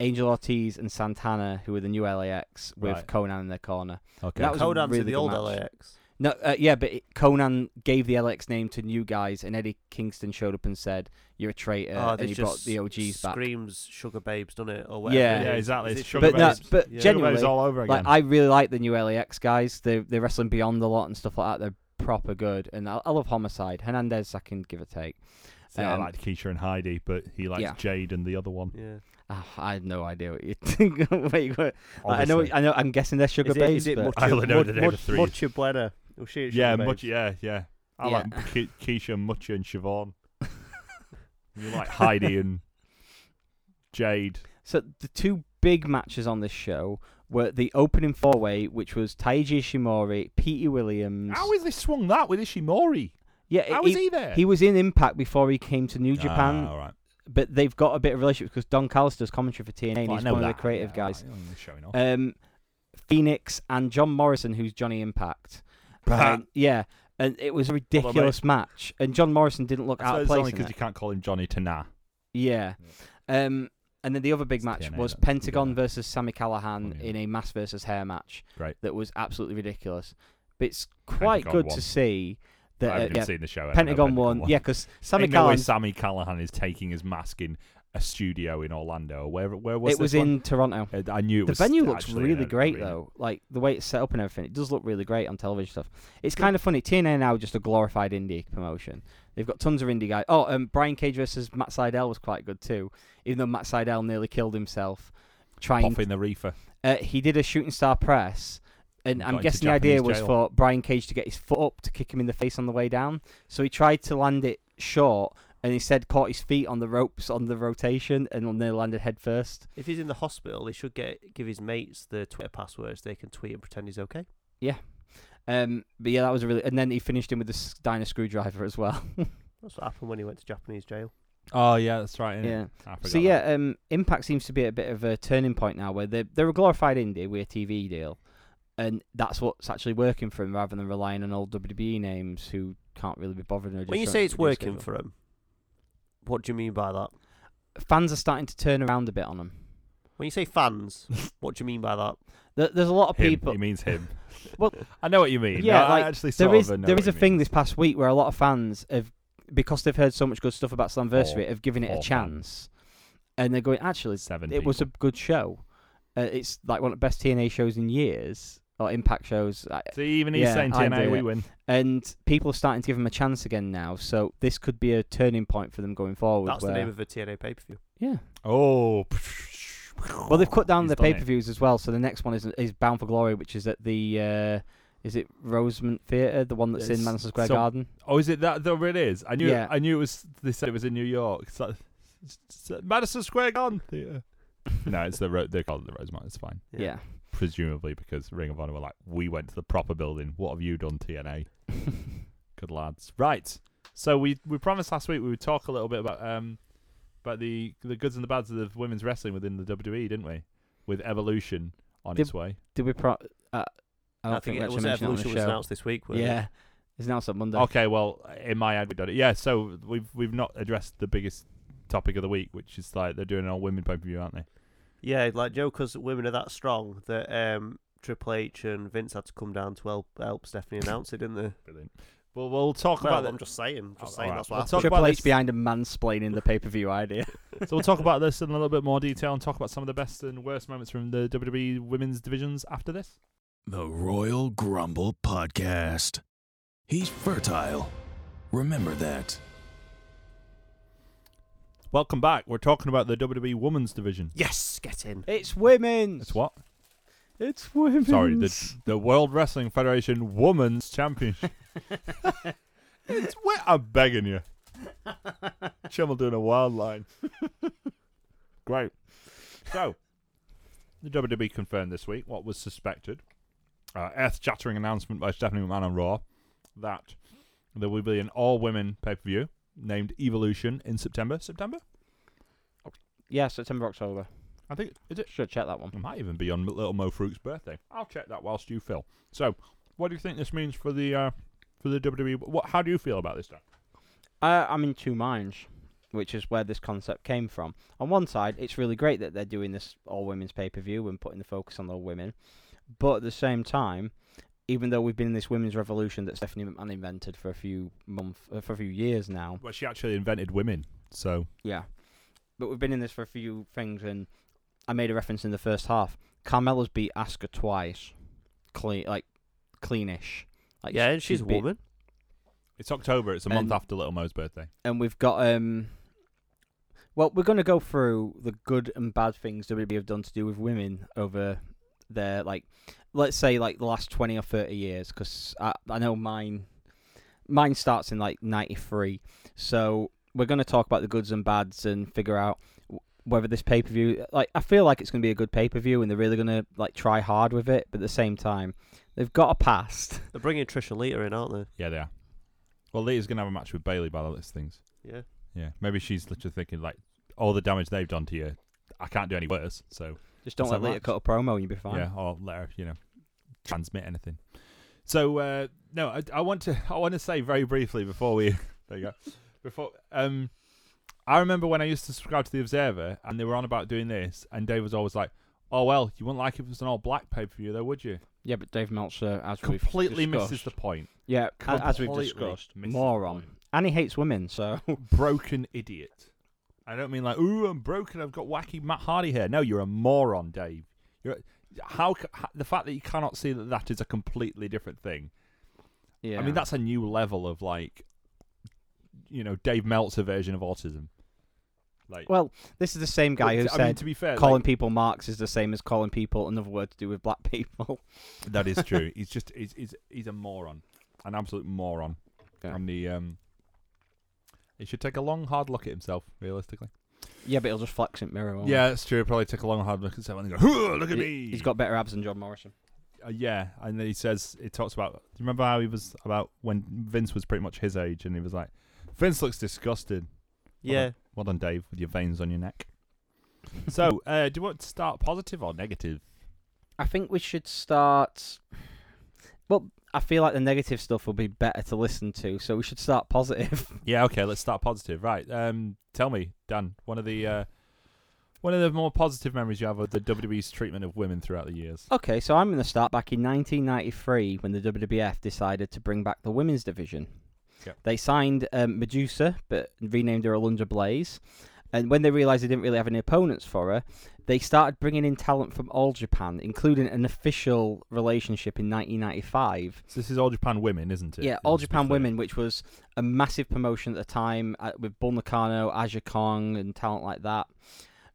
Angel Ortiz and Santana, who are the new LAX with Right. Conan in their corner. Okay. That was a Codan's really in the good old match. LAX. No, uh, yeah, but it, Conan gave the LX name to new guys, and Eddie Kingston showed up and said, "You're a traitor," oh, and they he just brought the OGs back. screams Sugar Babes, doesn't it? Or whatever. Yeah. it Yeah, is. exactly. Is it It's Sugar But no, Babes. but Yeah. Sugar Babes genuinely, all over again. like I really like the new LAX guys. They they're wrestling beyond the lot and stuff like that. They're proper good, and I, I love Homicide. Hernandez, I can give or take. Yeah, Um, I liked Keisha and Heidi, but he likes yeah. Jade and the other one. Yeah. Ah, I have no idea what you think. where you go. I know. obviously. I know. I'm guessing they're sugar Is it- is based. it but- much- I only know much- the name of much- three. Mucha Buena. Oh, she, she yeah, babes. much. Yeah, yeah. I Yeah. like Ke- Keisha, Mucha, and Siobhan. you like Heidi and Jade. So the two big matches on this show were the opening four way, which was Taiji Ishimori, Petey Williams. How is they swung that with Ishimori? yeah, How he, is he there? he was in Impact before he came to New Ah, Japan, all right. but they've got a bit of relationship because Don Callister's commentary for TNA, and Well, I he's know one of that. the creative Yeah, all guys. right, I'm showing off. Um, Phoenix and John Morrison, who's Johnny Impact. And- yeah, and it was a mate. ridiculous match, and John Morrison didn't look I out suppose of it's place. only in because it. you can't call him Johnny Tana. Yeah. Um, and then the other big It's match TNA, was that's- Pentagon yeah. versus Sammy Callahan Oh, yeah. in a mass versus hair match. Right. That was absolutely ridiculous. But it's quite Pentagon good won. to see I haven't that uh, even yeah, seen the show. I don't know Pentagon won. Yeah, because Sammy Ain't no way Callahan. Sammy Callahan is taking his mask in a studio in Orlando. Where where was It was this one? in Toronto. Uh, I knew it The was venue looks actually uh, really an great arena. though. Like the way it's set up and everything, it does look really great on television stuff. It's kind of funny. TNA now is just a glorified indie promotion. They've got tons of indie guys. Oh, um, Brian Cage versus Matt Seidel was quite good too, even though Matt Seidel nearly killed himself trying Pop in the reefer. uh, he did a shooting star press, and Got I'm into guessing the Japanese idea was jail. for Brian Cage to get his foot up to kick him in the face on the way down. So he tried to land it short, and instead caught his feet on the ropes on the rotation, and then landed head first. If he's in the hospital, he should get give his mates the Twitter passwords. They can tweet and pretend he's okay. Um, but yeah, that was a really. And then he finished him with the diner screwdriver as well. That's what happened when he went to Japanese jail. Oh yeah, that's right. yeah. I forgot So yeah, um, Impact seems to be a bit of a turning point now, where they're they're a glorified indie, we're a TV deal, and that's what's actually working for them, rather than relying on old WWE names who can't really be bothered. and are When you just say trying it's to produce working good- for him, what do you mean by that? fans are starting to turn around a bit on them. When you say fans, what do you mean by that? There, there's a lot of him. people. He means him. Well, I know what you mean. yeah, No, I like, actually there sort is of know there what is a you mean. thing this past week where a lot of fans have, because they've heard so much good stuff about Slamversary, Four- have given it a four chance, and they're going actually it's- Seven. it was a good show. Uh, it's like one of the best TNA shows in years or Impact shows, I- See, even he's he's Yeah, saying saying I TNA, TNA, do we we it. win. and people are starting to give them a chance again now. So this could be a turning point for them going forward. That's where- the name of a TNA pay per view. yeah. Oh. Well, they've cut down He's their done pay it. per views as well. So the next one is is Bound for Glory, which is at the uh, is it Rosemont Theatre, the one that's in It's Madison Square some- Garden. Oh, is it that? There it is. I knew. Yeah. I knew it was. They said it was in New York. So, so- Madison Square Garden Theatre. no, it's the Ro- they call it the Rosemont. It's fine. Yeah. Presumably because Ring of Honor were like, we went to the proper building. What have you done, TNA? Good lads. Right. So we we promised last week we would talk a little bit about um about the the goods and the bads of women's wrestling within the WWE, didn't we? With Evolution on Did- its way. Did we pro? Uh, I don't think, we it actually was mentioned it Evolution on was the show. announced this week. wasn't it? yeah, it's announced on Monday. Okay, well, in my head we've done it. Yeah, so we've we've not addressed the biggest topic of the week, which is like they're doing an all women pay per view, aren't they? yeah. Like Joe, because women are that strong that um, Triple H and Vince had to come down to help help Stephanie announce it, didn't they? Brilliant. Well, we'll talk Well, about I'm that. just saying. Oh, Just saying. alright. That's what We'll happened. talk Triple about H this- behind a mansplaining the pay per view idea. so we'll talk about this in a little bit more detail and talk about some of the best and worst moments from the WWE women's divisions after this. The Royal Grumble Podcast. He's fertile. Remember that. Welcome back. We're talking about the WWE women's division. Yes, get in. It's women. It's what? It's women. Sorry, the the World Wrestling Federation Women's Championship. it's where I'm begging you. Chimmel doing a wild line. Great. So, the WWE confirmed this week what was suspected. Uh, Earth shattering announcement by Stephanie McMahon on Raw that there will be an all women pay per view named Evolution in September. September? yeah, September October. I think. Is it? Should check that one. It might even be on little Mo Fruit's birthday. I'll check that whilst you fill. So, what do you think this means for the uh, for the WWE? What? How do you feel about this, Dan? Uh, I'm in two minds, which is where this concept came from. On one side, it's really great that they're doing this all women's pay per view and putting the focus on all women, but at the same time, even though we've been in this women's revolution that Stephanie McMahon invented for a few month, uh, for a few years now, Well, she actually invented women, so yeah, but we've been in this for a few things, and I made a reference in the first half. Carmella's beat Asuka twice, clean like cleanish. Like Yeah, and she's a beat- woman. It's October. It's a month And- after Little Mo's birthday. and we've got um well we're going to go through the good and bad things WWE have done to do with women over their like let's say like the last 20 or 30 years cuz I, I know mine mine starts in like 93 so we're going to talk about the goods and bads and figure out w- whether this pay-per-view like I feel like it's going to be a good pay-per-view and they're really going to like try hard with it but at the same time they've got a past They're bringing Trish and Lita in, aren't Yeah, they are. Well, Leah's gonna have a match with Bailey by the list of things. they? Yeah. Yeah, maybe she's literally thinking like, all the damage they've done to you, I can't do any worse. So just don't Is let that Lita right? cut a promo and you'll be fine yeah, or let her, you know, transmit anything. So uh, no, I, I want to I want to say very briefly before we there you go before um, I remember when I used to subscribe to the Observer and they were on about doing this, and Dave was always like, "Oh well, you wouldn't like it if it was an all black pay per view, though, would you?" Yeah, but Dave Meltzer, as we've Completely misses discussed- the point. yeah, a- as we've Completely discussed, misses the moron, point. and he hates women. So broken idiot. I don't mean like, ooh, I'm broken. I've got wacky Matt Hardy hair. No, you're a moron, Dave. You're how, c- h the fact that you cannot see that that is a completely different thing. yeah, I mean, that's a new level of like, you know, Dave Meltzer version of autism. Like, well, this is the same guy who I said mean, to be fair, calling like, people marks is the same as calling people another word to do with black people. that is true. he's just he's, he's he's a moron, an absolute moron. Yeah. And the um, he should take a long, hard look at himself, realistically. Yeah, but he'll just flex it mirror. won't Yeah, that's true. Probably took a long hard look at someone and go, "Huh, look he? at He- me. He's got better abs than John Morrison. uh, yeah, and then he says he talks about. Do you remember how he was about when Vince was pretty much his age, and he was like, "Vince looks disgusted." Yeah. Well done, Dave, with your veins on your neck. So, uh, do you want to start positive or negative? I think we should start. Well, I feel like the negative stuff will be better to listen to, so we should start positive. Yeah, okay, let's start positive. Right, um, tell me, Dan, one of the uh, one of the more positive memories you have of the WWE's treatment of women throughout the years. Okay, so I'm going to start back in 1993 when the WWF decided to bring back the women's division. Yep. They signed um, Medusa, but renamed her Alundra Blaze. And when they realised they didn't really have any opponents for her, they started bringing in talent from all Japan, including an official relationship in 1995. So this is all Japan women, isn't it? Yeah, All Let's be Japan clear. Women, which was a massive promotion at the time uh, with Bull Nakano, Aja Kong, and talent like that.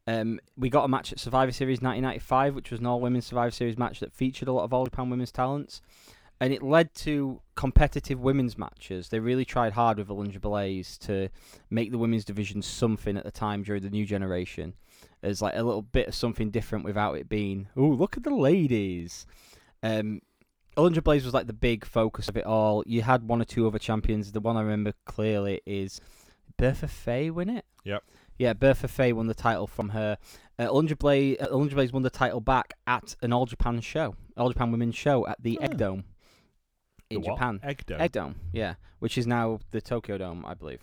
Um, we got a match at Survivor Series 1995, which was an all women's Survivor Series match that featured a lot of All Japan Women's talents. And it led to competitive women's matches. They really tried hard with Alundra Blaze to make the women's division something at the time during the new generation. As like a little bit of something different without it being, oh, look at the ladies. Um, Alundra Blaze was like the big focus of it all. You had one or two other champions. The one I remember clearly is Bertha Faye win it? Yep. Yeah, Bertha Faye won the title from her. Uh, Alundra, Blaze, uh, Alundra Blaze won the title back at an All Japan show, All Japan Women's show at the Egg Oh. Dome The in what? Japan. Egg Dome. Egg Dome, yeah, which is now the Tokyo Dome, I believe.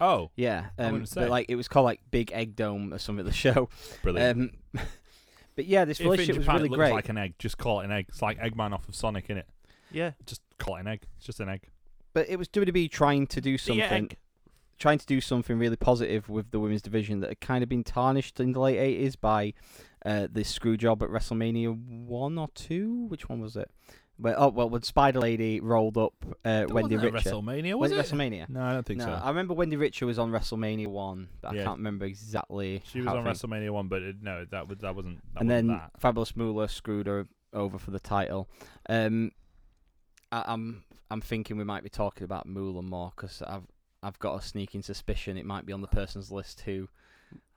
Oh, Yeah, um, wouldn't say. but like it was called like Big Egg Dome or something. The show, brilliant. um, but yeah, this If in relationship was Japan really it looks great. like an egg, just call it an egg. It's like Eggman off of Sonic, innit? Yeah. Just call it an egg. It's just an egg. but it was WWE trying to do something, trying to do something really positive with the women's division that had kind of been tarnished in the late eighties by uh, this screw job at WrestleMania one or two. Which one was it? Well, oh well, when Spider Lady rolled up uh, Wasn't Wendy it Richter. WrestleMania, Was was it it? WrestleMania? No, I don't think no, so. I remember Wendy Richter was on WrestleMania one, but Yeah. I can't remember exactly. she was how on things- WrestleMania one, but it, no, that was that wasn't. That and wasn't then that. Fabulous Moolah screwed her over for the title. Um, I, I'm I'm thinking we might be talking about Moolah more because I've I've got a sneaking suspicion it might be on the person's list who.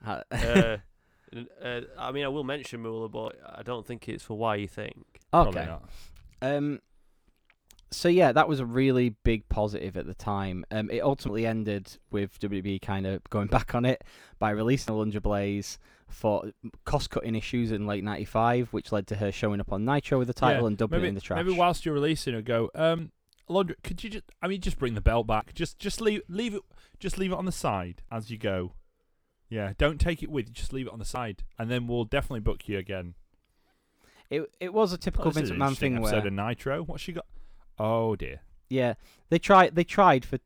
ha- uh, n- uh, I mean, I will mention Moolah, but I don't think it's for why you think. Probably okay. not. Um. So yeah, that was a really big positive at the time. Um, it ultimately ended with WB kind of going back on it by releasing Alundra Blaze for cost-cutting issues in late '95, which led to her showing up on Nitro with the title Yeah, and dumping maybe, it in the trash. Maybe whilst you're releasing it, go. Um, Laundry, could you just? I mean, just bring the belt back. Just, just leave, leave it, just leave it on the side as you go. Yeah, don't take it with. you, Just leave it on the side, and then we'll definitely book you again. It it was a typical Oh, this is Vince an McMahon interesting thing episode where of Nitro. What's she got? Oh dear. yeah they tried they tried for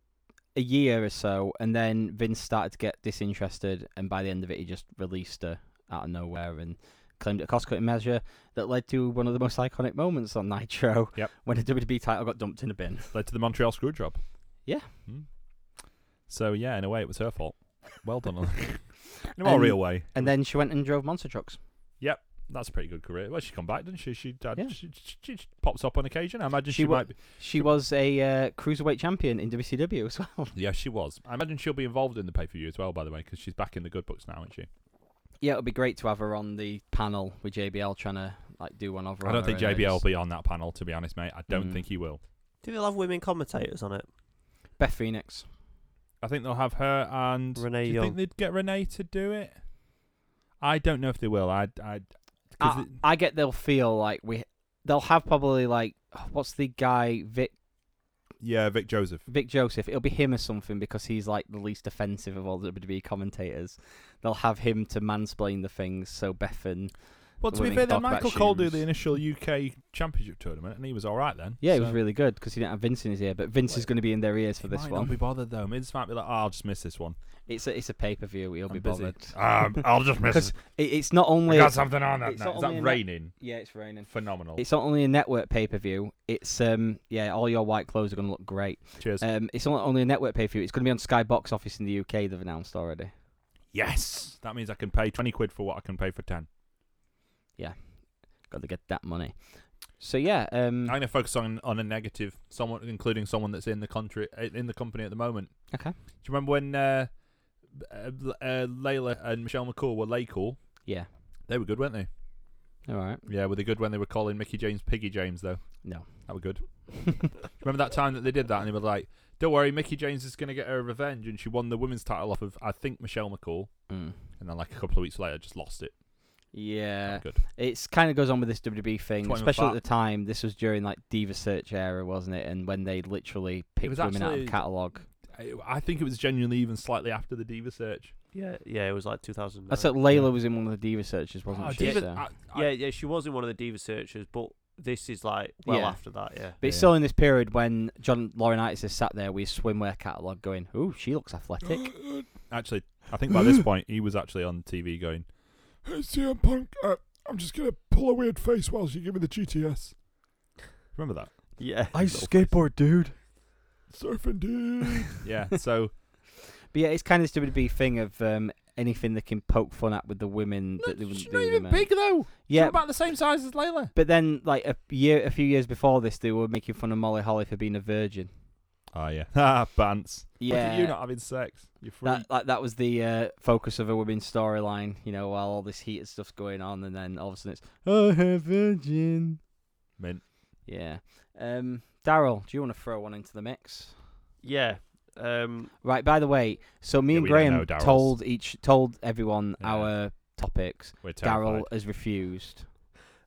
a year or so and then Vince started to get disinterested and by the end of it he just released her out of nowhere and claimed it a cost cutting measure that led to one of the most iconic moments on Nitro Yep. when the WWE E title got dumped in a bin. Led to the Montreal Screwjob. Yeah. Mm. So yeah, in a way, it was her fault. Well done. on- in a more And- real way. And then she went and drove monster trucks. That's a pretty good career. Well, she come back, didn't she? She, had, Yeah. she, she, she pops up on occasion. I imagine she, She wa- might. Be, She was a uh, cruiserweight champion in WCW as well. yeah, she was. I imagine she'll be involved in the pay per view as well. By the way, because she's back in the good books now, isn't she? yeah, it'll be great to have her on the panel with JBL trying to like do one over. I don't think her, and JBL will it's- be on that panel, to be honest, mate. I don't Mm. think he will. Do they'll have women commentators on it? Beth Phoenix. I think they'll have her and. Renee do you think Young. they'd get Renee to do it? I don't know if they will. I, I, 'cause I, it- I get they'll feel like we they'll have probably like what's the guy Vic yeah, Vic Joseph. Vic Joseph. It'll be him or something because he's like the least offensive of all the WWE commentators. They'll have him to mansplain the things so Beth and Well, to be Women fair, then talk about Michael Cole did shoes. the initial UK Championship tournament, and he was all right then. yeah, it so- was really good because he didn't have Vince in his ear, but Vince is going to be in their ears for He this might one. Not be bothered though. Miz might be like, oh, I'll just miss this one. It's a it's a pay per view. He'll I'm be busy. bothered. Um, I'll just miss Because it. it, it's not only I got something on that it's night. not Is that only a raining? yeah, it's raining. Phenomenal. It's not only a network pay per view. It's um yeah, all your white clothes are going to look great. Cheers. Um, it's not only a network pay per view. It's going to be on Sky Box Office in the UK. They've announced already. yes, that means I can pay twenty quid for what I can pay for ten. Got to get that money. So yeah, um, I'm gonna focus on on a negative, someone including someone that's in the country uh, in the company at the moment. Okay. Do you remember when uh, uh, uh, Layla and Michelle McCool were lay cool? yeah, They were good, weren't they? all right. Yeah, were they good when they were calling Mickey James Piggy James though? No. That were good. Remember that time that they did that and they were like, Don't worry, Mickey James is gonna get her revenge and she won the women's title off of I think Michelle McCool Mm. and then like a couple of weeks later just lost it. Yeah, Not good. it's kind of goes on with this WWE thing, Toying with especially at that. the time. This was during like Diva Search era, wasn't it? And when they literally picked was women out of actually- catalog. I, I think it was genuinely even slightly after the Diva search. Yeah, yeah, it was like 2000. I said Layla was in one of the Diva searches, wasn't Oh, she? Diva- So- I- I- yeah, yeah, she was in one of the diva searches, but this is like well Yeah. after that, yeah. But it's Yeah. still in this period when John Laurinaitis is sat there with his swimwear catalogue going, Ooh, she looks athletic. Actually, I think by this point he was actually on TV going, Hey, CM Punk, uh, I'm just going to pull a weird face whilst you give me the GTS. Remember that? Yeah. I skateboard, dude. Surfing, dude. Yeah, so but yeah, it's kind of this WWE thing of um, anything they can poke fun at with the women that they wouldn't she's do not with even the men. big though. She's Yeah, about the same size as Layla. but then like a year, a few years before this, they were making fun of Molly Holly for being a virgin. Oh yeah. Ah, pants. Look Yeah, at you not having sex. You're free. that like, that was the uh, focus of a women's storyline. You know, while all this heated stuff's going on, and then all of a sudden it's oh her virgin. Mint. Yeah, um, Daryl, do you want to throw one into the mix? Yeah. Um, Right. By the way, so me Yeah, and we don't Graham know Daryl's. told each told everyone Yeah. our topics. We're Daryl terrified. has refused.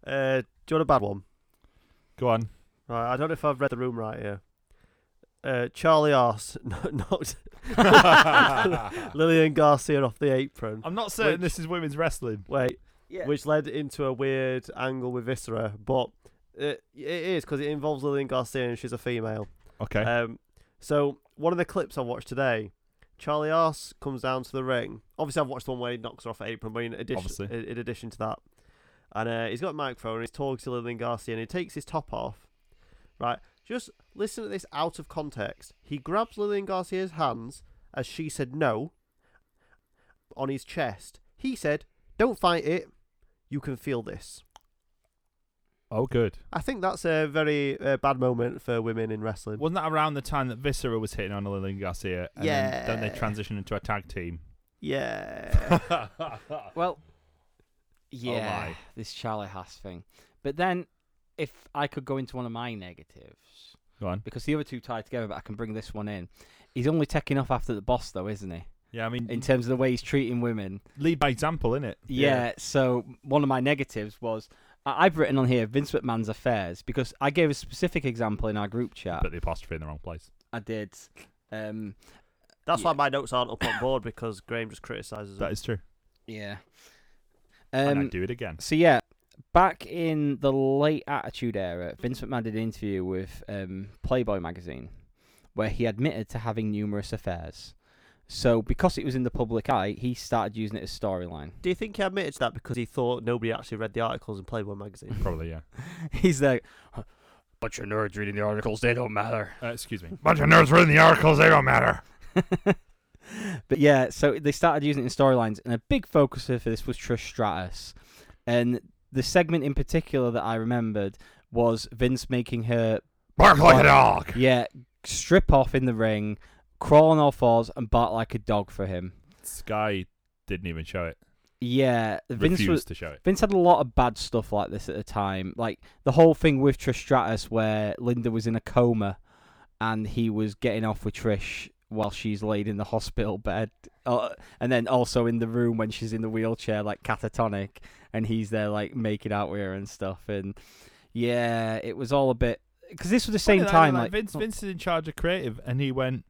uh, do you want a bad one? Go on. Right, I don't know if I've read the room right here. Uh, Charlie Arse knocked Lillian Garcia off the apron. I'm not certain Which- this is women's wrestling. Wait, Yeah. which led into a weird angle with Viscera, but uh, it, it is because it involves Lillian Garcia and she's a female. Okay. Uh, Um, so one of the clips I watched today, Charlie Arse comes down to the ring. Obviously, I've watched the one where he knocks her off the apron, but in addition, Obviously. in, in addition to that, and uh, he's got a microphone and he's talking to Lillian Garcia and he takes his top off. Right, just listen to this out of context. He grabs Lillian Garcia's hands as she said no. On his chest, he said, "Don't fight it. You can feel this." oh, good. I think that's a very uh, bad moment for women in wrestling. Wasn't that around the time that Viscera was hitting on Lillian Garcia? And Then, then they Yeah. transitioned into a tag team. Yeah. Well, yeah, Oh my. this Charlie Haas thing. But then, if I could go into one of my negatives, Go on. because the other two tie together, but I can bring this one in. He's only taking off after the boss, though, isn't he? Yeah, I mean, In terms of the way he's treating women. lead by example, innit? Yeah. So one of my negatives was I- I've written on here Vince McMahon's affairs because I gave a specific example in our group chat. Put the apostrophe in the wrong place. I did. Um, That's Yeah. why my notes aren't up on board because Graham just criticises That it. is true. Yeah. and I Mm. Um, do it again. so yeah, back in the late Attitude era, Vince McMahon did an interview with um, Playboy magazine, where he admitted to having numerous affairs. So because it was in the public eye, he started using it as storyline. Do you think he admitted to that because he thought nobody actually read the articles in Playboy magazine? Probably, yeah. He's like, bunch of nerds reading the articles, they don't matter. Uh, excuse me. Bunch of nerds reading the articles, they don't matter. but yeah, so they started using it in storylines, and a big focus for this was Trish Stratus, and the segment in particular that I remembered was Vince making her Bark like a dog. yeah strip off in the ring, crawl on all fours, and bark like a dog for him. Sky didn't even show it. Yeah, Vince Refused was to show it. Vince had a lot of bad stuff like this at the time. Like the whole thing with Trish Stratus where Linda was in a coma and he was getting off with Trish while she's laid in the hospital bed. Uh, and then also in the room when she's in the wheelchair, like catatonic, and he's there, like making out with her and stuff. And yeah, it was all a bit. Because this was the same Funny that, time. like, Like, Vince, oh, Vince is in charge of creative, and he went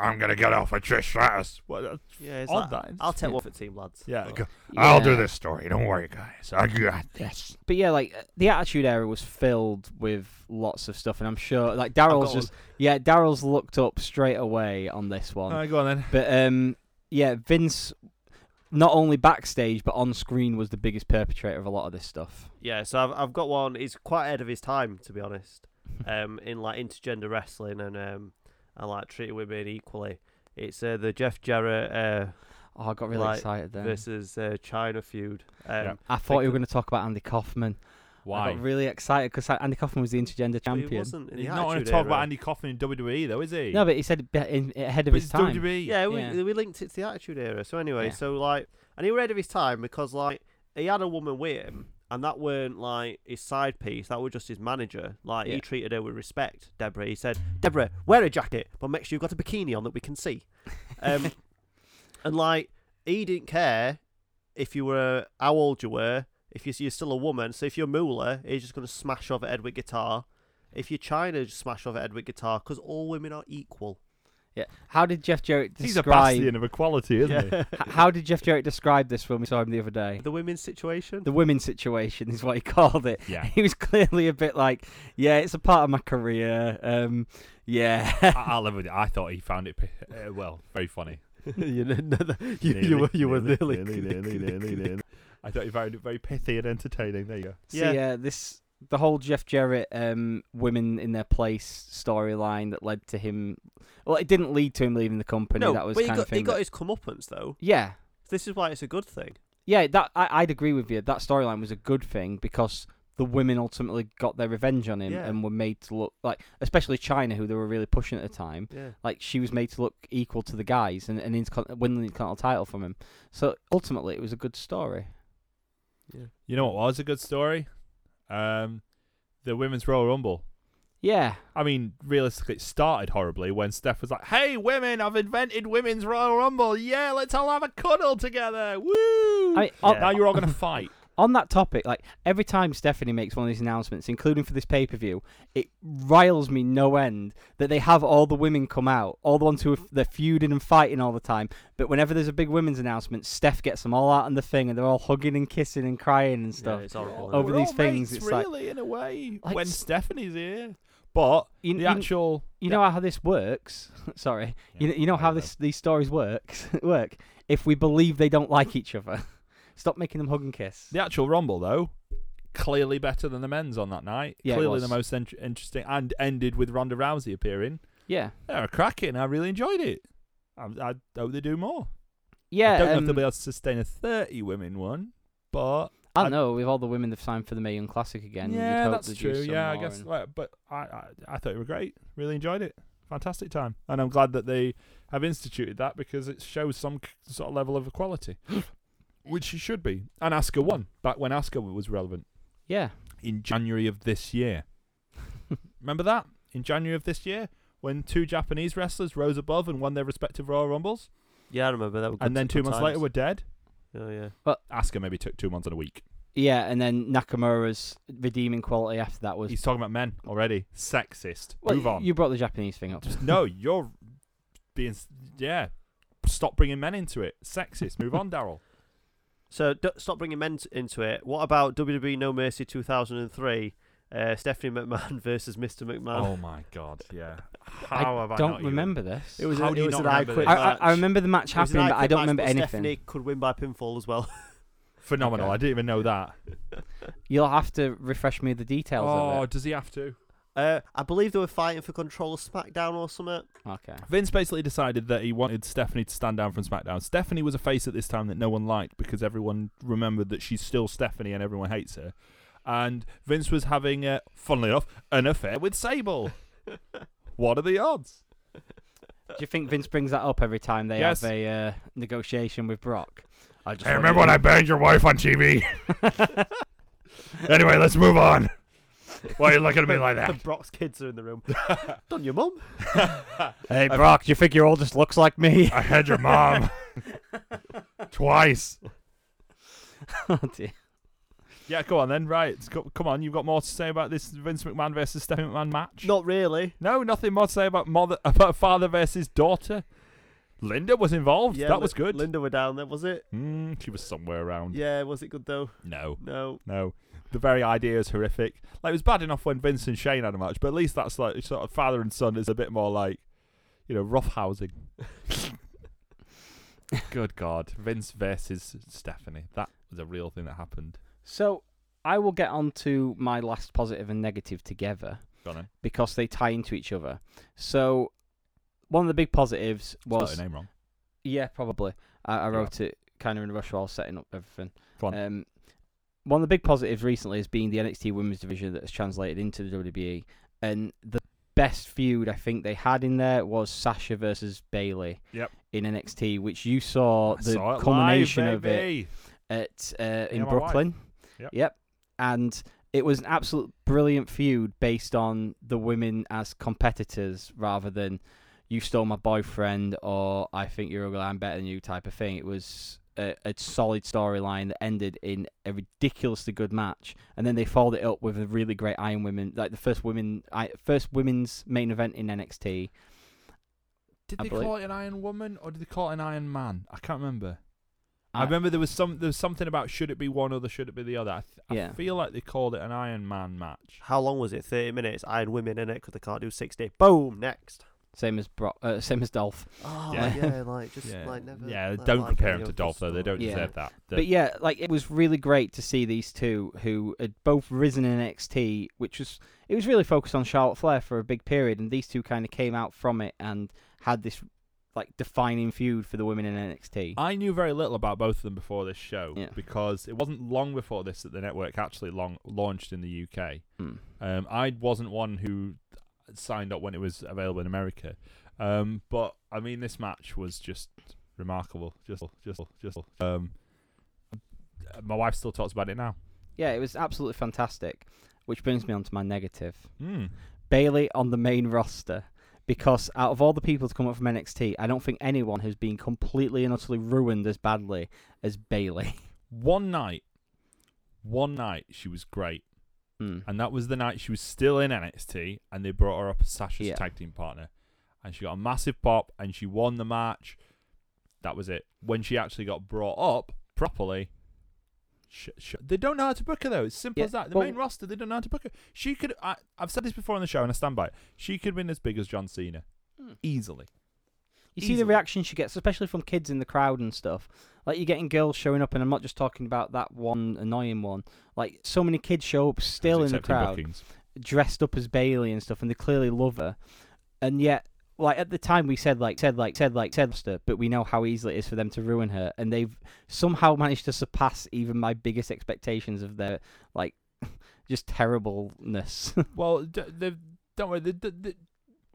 I'm gonna get off with Trish Stratus. what, uh, Yeah, it's odd like, that. I'll take Yeah. one for the team, lads. yeah. Okay. I'll do yeah. this story. Don't worry, guys. I got this. But yeah, like the Attitude Era was filled with lots of stuff, and I'm sure like Daryl's got just yeah, Daryl's looked up straight away on this Uh, one. Alright, go on then. But um, yeah, Vince, not only backstage but on screen, was the biggest perpetrator of a lot of this stuff. Yeah, so I've, I've got one. He's quite ahead of his time, to be honest. Um, in like intergender wrestling and um, and like treating women equally. It's uh, the Jeff Jarrett uh, Oh, I got really Like, excited then. versus uh, China feud. Um, Yeah. I thought you were going to talk about Andy Kaufman. I Why? got really excited because Andy Kaufman was the intergender but he champion. wasn't in He's the not going Attitude to talk Era. about Andy Coffin in WWE though, is he? No, but he said it be- in, ahead of But his it's time. WWE. Yeah, we, Yeah. we linked it to the Attitude Era. So anyway, Yeah. so like, and he was ahead of his time because like he had a woman with him, and that weren't like his side piece. That was just his manager. Like Yeah. he treated her with respect. Deborah, he said, Deborah, wear a jacket, but make sure you've got a bikini on that we can see. Um, and like he didn't care if you were how old you were. If you're, you're still a woman, so if you're Moolah, he's just gonna smash off at Edward guitar. If you're China, just smash off at Edward guitar because all women are equal. Yeah. How did Jeff Jarrett He's a describe? bastion of equality, isn't he? h- how did Jeff Jarrett describe this when we saw him the other day? The women's situation. The women's situation is what he called it. Yeah. He was clearly a bit like, yeah, it's a part of my career. Um, yeah. I, I'll live with it. I thought he found it uh, well, very funny. you, know, no, no, you, Nearly, you were you were nearly, nearly, nearly, nearly, nearly, nearly. I thought he found it very pithy and entertaining. There you go. So yeah, uh, this the whole Jeff Jarrett um, women in their place storyline that led to him. Well, it didn't lead to him leaving the company. No, that was but he kind of got, thing. he got that- his comeuppance though. yeah, This is why it's a good thing. yeah. That I, I'd agree with you. That storyline was a good thing because the women ultimately got their revenge on him Yeah. and were made to look like, especially China, who they were really pushing at the time. Yeah. Like she was made to look equal to the guys and, and intercon- win the Intercontinental title from him. So ultimately, it was a good story. You know what was a good story? Um, the women's Royal Rumble. Yeah, I mean, realistically, it started horribly when Steph was like, "Hey, women! I've invented women's Royal Rumble. Yeah, let's all have a cuddle together. Woo! I mean, Yeah. o- now you're all gonna fight." on that topic, like every time Stephanie makes one of these announcements, including for this pay per view, it riles me no end that they have all the women come out, all the ones who are, they're feuding and fighting all the time. But whenever there's a big women's announcement, Steph gets them all out on the thing, and they're all hugging and kissing and crying and stuff. it's horrible. Over We're these all things, mates, it's like- really in a way Like when s- Stephanie's here, but You- the you- actual you know how this works. Sorry, you know, you know I how know. this these stories works work. If we believe they don't like each other, stop making them hug and kiss. The actual Rumble, though, clearly better than the men's on that night. Yeah, it clearly was. the most int- interesting, and ended with Ronda Rousey appearing. Yeah, They were cracking. I really enjoyed it. I, I hope they do more. yeah. I don't know if they'll um, be able to sustain a 30 women one, but I don't know. With all the women they've signed for the Mae Young Classic again, you'd yeah, hope that's they do true. some Yeah, I more guess. and- Like, but I, I, I thought it were great. Really enjoyed it. Fantastic time, and I'm glad that they have instituted that because it shows some c- sort of level of equality, which it should be. And Asuka won back when Asuka was relevant. yeah. in January of this year. Remember that? In January of this year, when two Japanese wrestlers rose above and won their respective Royal Rumbles, Yeah, I remember that. were good- and then two good months times. later were dead. Oh yeah. Asuka maybe took two months and a week. Yeah, and then Nakamura's redeeming quality after that was. He's talking about men already. Sexist. Well, Move on. You brought the Japanese thing up. no, you're being s- yeah. Stop bringing men into it. Sexist. Move on, Daryl. So d- stop bringing men t- into it. What about WWE No Mercy 2003? Uh, Stephanie McMahon versus Mr. McMahon. Oh my god. Yeah. I How have I don't not even- remember this. It was How a, do it you not was an I remember quit this? I, match. I, I remember the match It was an happening, but I I Quit don't match, remember but anything. Stephanie could win by pinfall as well. Phenomenal. Okay. I didn't even know that. You'll have to refresh me with the details oh, of it. does he have to? Uh, I believe they were fighting for control of SmackDown or something. Oh, Okay. Vince basically decided that he wanted Stephanie to stand down from SmackDown. Stephanie was a face at this time that no one liked because everyone remembered that she's still Stephanie and everyone hates her. And Vince was having, uh, funnily enough, an affair with Sable. what are the odds? Do you think Vince brings that up every time they Yes. have a uh, negotiation with Brock? I just Hey, wanna- remember when I banged your wife on TV? anyway, let's move on. Why are you looking at me like The that? Brock's kids are in the room. Done your mum. Hey Brock, do you think your oldest looks like me? I had your mom twice. oh dear. Yeah, go on then. Right, co- come on. You've got more to say about this Vince McMahon versus Stephanie McMahon match? Not really. No, nothing more to say about mother, about father versus daughter. Linda was involved. Yeah, Oh, that Lin- was good. Linda were down there, was it? Mm, she was somewhere around. Yeah, was it good though? No, No. no. The very idea is horrific. Like it was bad enough when Vince and Shane had a match, but at least that's like sort of father and son is a bit more like, you know, rough housing. good God, Vince versus Stephanie. That was a real thing that happened. So I will get on to my last positive and negative together Go on then. because they tie into each other. So one of the big positives Spelt was your name wrong. yeah, probably. I, I Yeah. wrote it kind of in a rush while I was setting up everything. Go on. Um, one of the big positives recently has been the NXT Women's Division that has translated into the WWE, and the best feud I think they had in there was Sasha versus Bailey. Yep. In NXT, which you saw I the saw it culmination live, of it baby. at uh, in my wife. Brooklyn. Yep. And it was an absolute brilliant feud based on the women as competitors rather than you stole my boyfriend or I think you're ugly, I'm better than you type of thing. It was a, a solid storyline that ended in a ridiculously good match, and then they followed it up with a really great Iron Women, like the first women, I, first women's main event in NXT. Did I they believe- call it an Iron Woman or did they call it an Iron Man? I can't remember. I, I- remember there was some there was something about should it be one or the should it be the other. I, th- I Yeah. feel like they called it an Iron Man match. How long was it? 30 minutes. Iron women in it because they can't do 60. Boom, next. Same as Bro- uh, same as Dolph. Oh, Yeah. yeah, like just yeah, like never. yeah. like, don't like compare any them to other Dolph though. They don't story. Yeah. deserve that. The- But yeah, like it was really great to see these two who had both risen in NXT, which was it was really focused on Charlotte Flair for a big period, and these two kind of came out from it and had this like defining feud for the women in NXT. I knew very little about both of them before this show Yeah. because it wasn't long before this that the network actually long, launched in the UK. Mm. Um, I wasn't one who signed up when it was available in America, um, but I mean, this match was just remarkable. Just, just, just. Um, my wife still talks about it now. Yeah, it was absolutely fantastic. Which brings me on to my negative. Mm. Bailey on the main roster. Because out of all the people to come up from NXT, I don't think anyone has been completely and utterly ruined as badly as Bailey. One night, one night she was great, Mm. and that was the night she was still in NXT, and they brought her up as Sasha's Yeah. tag team partner, and she got a massive pop, and she won the match. That was it. When she actually got brought up properly, sh- sh- they don't know how to book her though. It's simple Yeah, as that. The well- main roster, they don't know how to book her. She could. I, I've said this before on the show, and I stand by it. She could win as big as John Cena Mm. easily. You see the Easily. reaction she gets, especially from kids in the crowd and stuff. Like you're getting girls showing up, and I'm not just talking about that one annoying one. Like so many kids show up still in Who's the accepting crowd, bookings. dressed up as Bailey and stuff, and they clearly love her. And yet, like at the time, we said like said like said like said stuff, but we know how easily it is for them to ruin her, and they've somehow managed to surpass even my biggest expectations of their like just terribleness. Well, d- they've don't worry. They, they, they,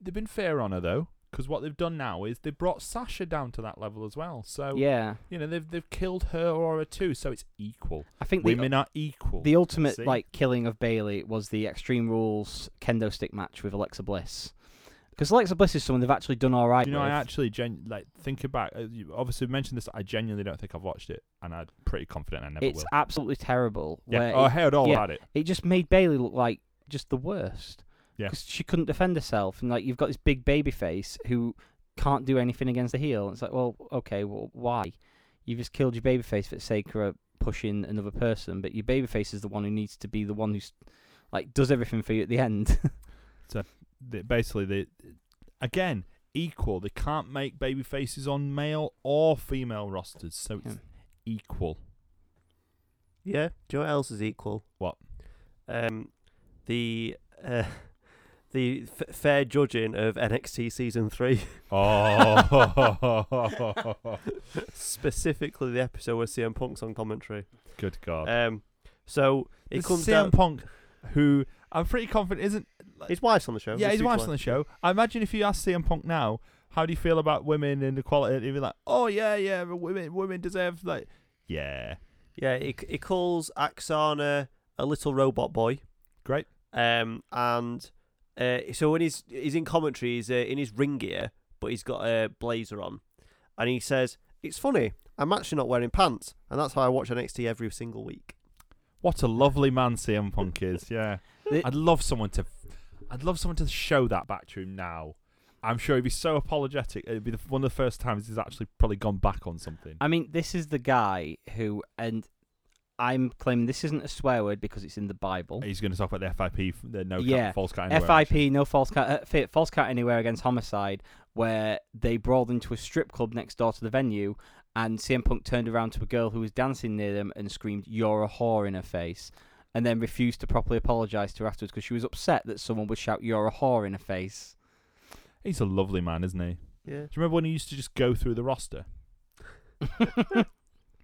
they've been fair on her though, because what they've done now is they brought Sasha down to that level as well. So yeah, you know they've they've killed her or her too. So it's equal. I think the- Women are equal. The ultimate See? like killing of Bailey was the Extreme Rules kendo stick match with Alexa Bliss, because Alexa Bliss is someone they've actually done all right. you know, I with. actually gen- like think about. Uh, you obviously mentioned this. I genuinely don't think I've watched it, and I'm pretty confident I never it's will. absolutely terrible. Yeah, Oh, where I it, heard all yeah. about it. it just made Bailey look like just the worst. Yeah. because she couldn't defend herself, and like you've got this big baby face who can't do anything against the heel. It's like, well, okay, well, why? You just killed your baby face for the sake of pushing another person, but your baby face is the one who needs to be the one who's like does everything for you at the end. They- basically, they again equal. They can't make baby faces on male or female rosters, so it's Yeah. equal. Yeah. Do you know what else is equal? What? Um, the uh, the f- fair judging of NXT season three, Oh, specifically the episode where CM Punk's on commentary. good Uh, God! Um, so it This comes CM down. Punk, who I'm pretty confident isn't. like- His wife's on the show. yeah, his Luke's wife's wife. on the show. I imagine if you ask CM Punk now, how do you feel about women and equality? He'd be like, "Oh yeah, yeah, but women, women deserve like, yeah, Yeah, he, he calls Axana a little robot boy. Great. Um, and uh, so when he's he's in commentary, he's uh, in his ring gear, but he's got a blazer on, and he says, "It's funny, I'm actually not wearing pants, and that's how I watch NXT every single week." what a lovely man CM Punk is." Yeah, The- I'd love someone to, I'd love someone to show that back to him now. I'm sure he'd be so apologetic. It'd be the, one of the first times he's actually probably gone back on something. I mean, this is the guy who, and I'm claiming this isn't a swear word because it's in the Bible. He's going to talk about the FIP, the no Yeah, count, false count. anywhere FIP, action. no false count, uh, fi- false count anywhere against homicide, where they brawled into a strip club next door to the venue, and CM Punk turned around to a girl who was dancing near them and screamed, "You're a whore" in her face, and then refused to properly apologise to her afterwards because she was upset that someone would shout, "You're a whore" in her face. He's a lovely man, isn't he? Do Yeah. you remember when he used to just go through the roster?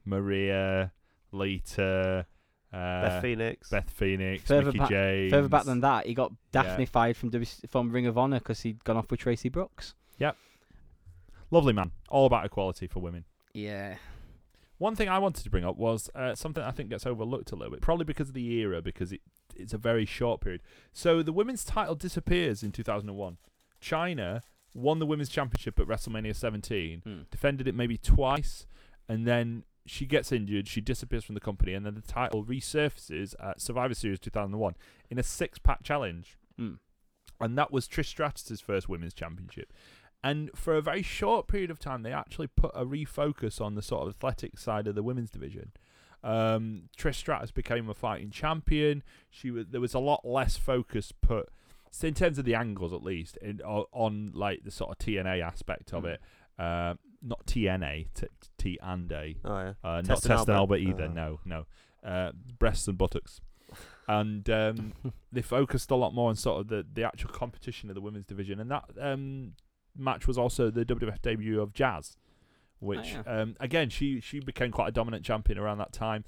Maria, Lita, uh, Beth Phoenix. Beth Phoenix, Further Mickey back- James. Further back than that, he got Yeah. Daphne fired from w- from Ring of Honor because he'd gone off with Tracy Brooks. Lovely man. All about equality for women. Yeah. One thing I wanted to bring up was uh, something I think gets overlooked a little bit, probably because of the era, because it it's a very short period. So the women's title disappears in 2001. China won the women's championship at WrestleMania 17, Hmm. defended it maybe twice, and then she gets injured, she disappears from the company, and then the title resurfaces at Survivor Series 2001 in a six-pack challenge Mm. and that was Trish Stratus's first women's championship. And for a very short period of time, they actually put a refocus on the sort of athletic side of the women's division. Um, Trish Stratus became a fighting champion. She was there was a lot less focus put in terms of the angles, at least, in, o- on like the sort of TNA aspect of Mm. it. Uh, not TNA, t- T and A. Oh yeah. Uh, not Test test and and Albert. Albert either. Uh. No, no. Uh, breasts and buttocks. And um, they focused a lot more on sort of the, the actual competition of the women's division. And that um, match was also the WWF debut of Jazz, which, yeah. um, again, she, she became quite a dominant champion around that time.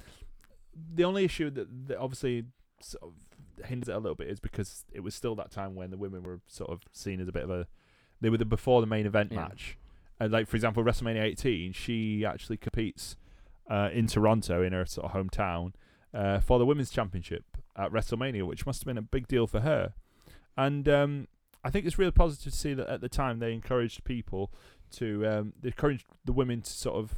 The only issue that, that obviously sort of hinders it a little bit is because it was still that time when the women were sort of seen as a bit of a. They were the before the main event Yeah. match. And like, for example, WrestleMania 18, she actually competes uh, in Toronto, in her sort of hometown, uh, for the women's championship at WrestleMania, which must have been a big deal for her. And um, I think it's really positive to see that at the time they encouraged people to um, they encouraged the women to sort of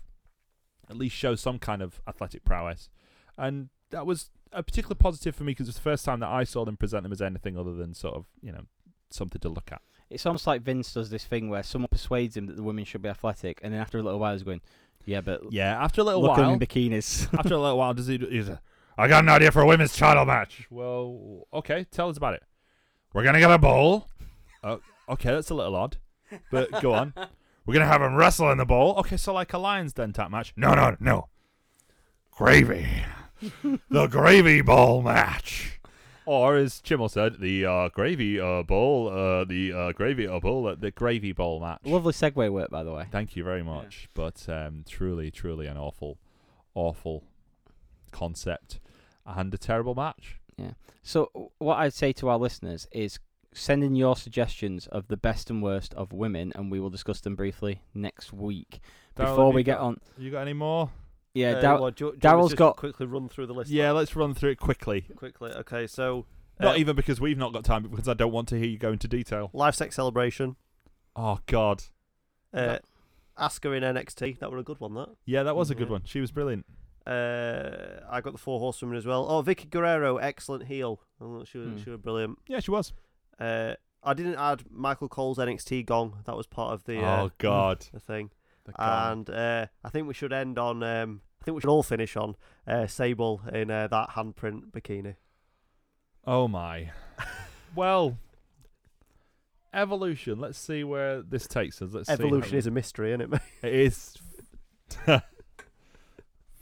at least show some kind of athletic prowess, and that was a particular positive for me because it was the first time that I saw them present them as anything other than sort of you know something to look at. It's almost like Vince does this thing where someone persuades him that the women should be athletic, and then after a little while, he's going, "Yeah, but Yeah, after a little look at them while, in bikinis." after a little while, does he? do- He's a, I got an idea for a women's title match. Well, okay, tell us about it. We're gonna get a bowl. Oh, okay, that's a little odd, but go on. We're gonna have him wrestle in the bowl. Okay, so like a lions den type match. No, no, no. Gravy. the gravy ball match. Or as Chimmel said, the uh, gravy uh, bowl, uh, the uh, gravy uh, bowl, uh, the gravy bowl match. Lovely segue work, by the way. Thank you very much. But um, truly, truly an awful, awful concept and a terrible match. So, w- what I'd say to our listeners is send in your suggestions of the best and worst of women, and we will discuss them briefly next week. Darryl, Before have we you get got- on, You got any more? yeah, Uh, Dar- well, do you- do you want me to Daryl's just got- quickly run through the list. Yeah, let's run through it quickly. Quickly. Okay. So. uh, Not even because we've not got time, but because I don't want to hear you go into detail. Live sex celebration. Oh God, Uh, Asuka in NXT. That were a good one. That. yeah, that was a good Yeah. one. She was brilliant. Uh, I got the four horsewomen as well. Oh, Vicky Guerrero, excellent heel. Oh, she was Hmm. she was brilliant. Yeah, she was. Uh, I didn't add Michael Cole's NXT gong. That was part of the uh, Oh God, the thing. The God. And uh, I think we should end on. Um, I think we should all finish on uh, Sable in uh, that handprint bikini. oh my. Well, evolution. Let's see where this takes us. Let's see how- Evolution is a mystery, isn't it? mate? It is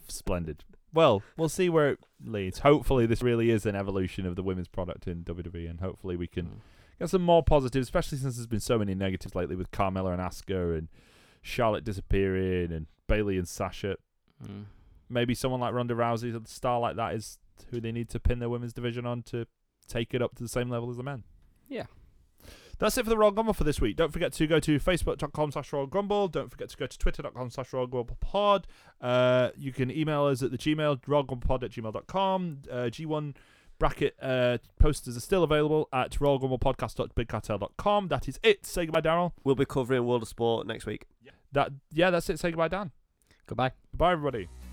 splendid. Well, we'll see where it leads. Hopefully, this really is an evolution of the women's product in WWE, and hopefully, we Mm. can Hmm. get some more positives, especially since there's been so many negatives lately with Carmella and Asuka and Charlotte disappearing and Bailey and Sasha. Mm. Maybe someone like Ronda Rousey, a star like that, is who they need to pin their women's division on to take it up to the same level as the men. Yeah. That's it for the Royal Grumble for this week. Don't forget to go to facebook.com slash Royal Grumble. Don't forget to go to twitter.com slash Royal Grumble Pod. Uh, you can email us at the Gmail, royalgrumblepod at gmail.com. Uh, G1 bracket uh, posters are still available at royalgrumblepodcast.bigcartel.com. That is it. Say goodbye, Daryl. We'll be covering World of Sport next week. That Yeah, that's it. Say goodbye, Dan. Goodbye. Goodbye, everybody.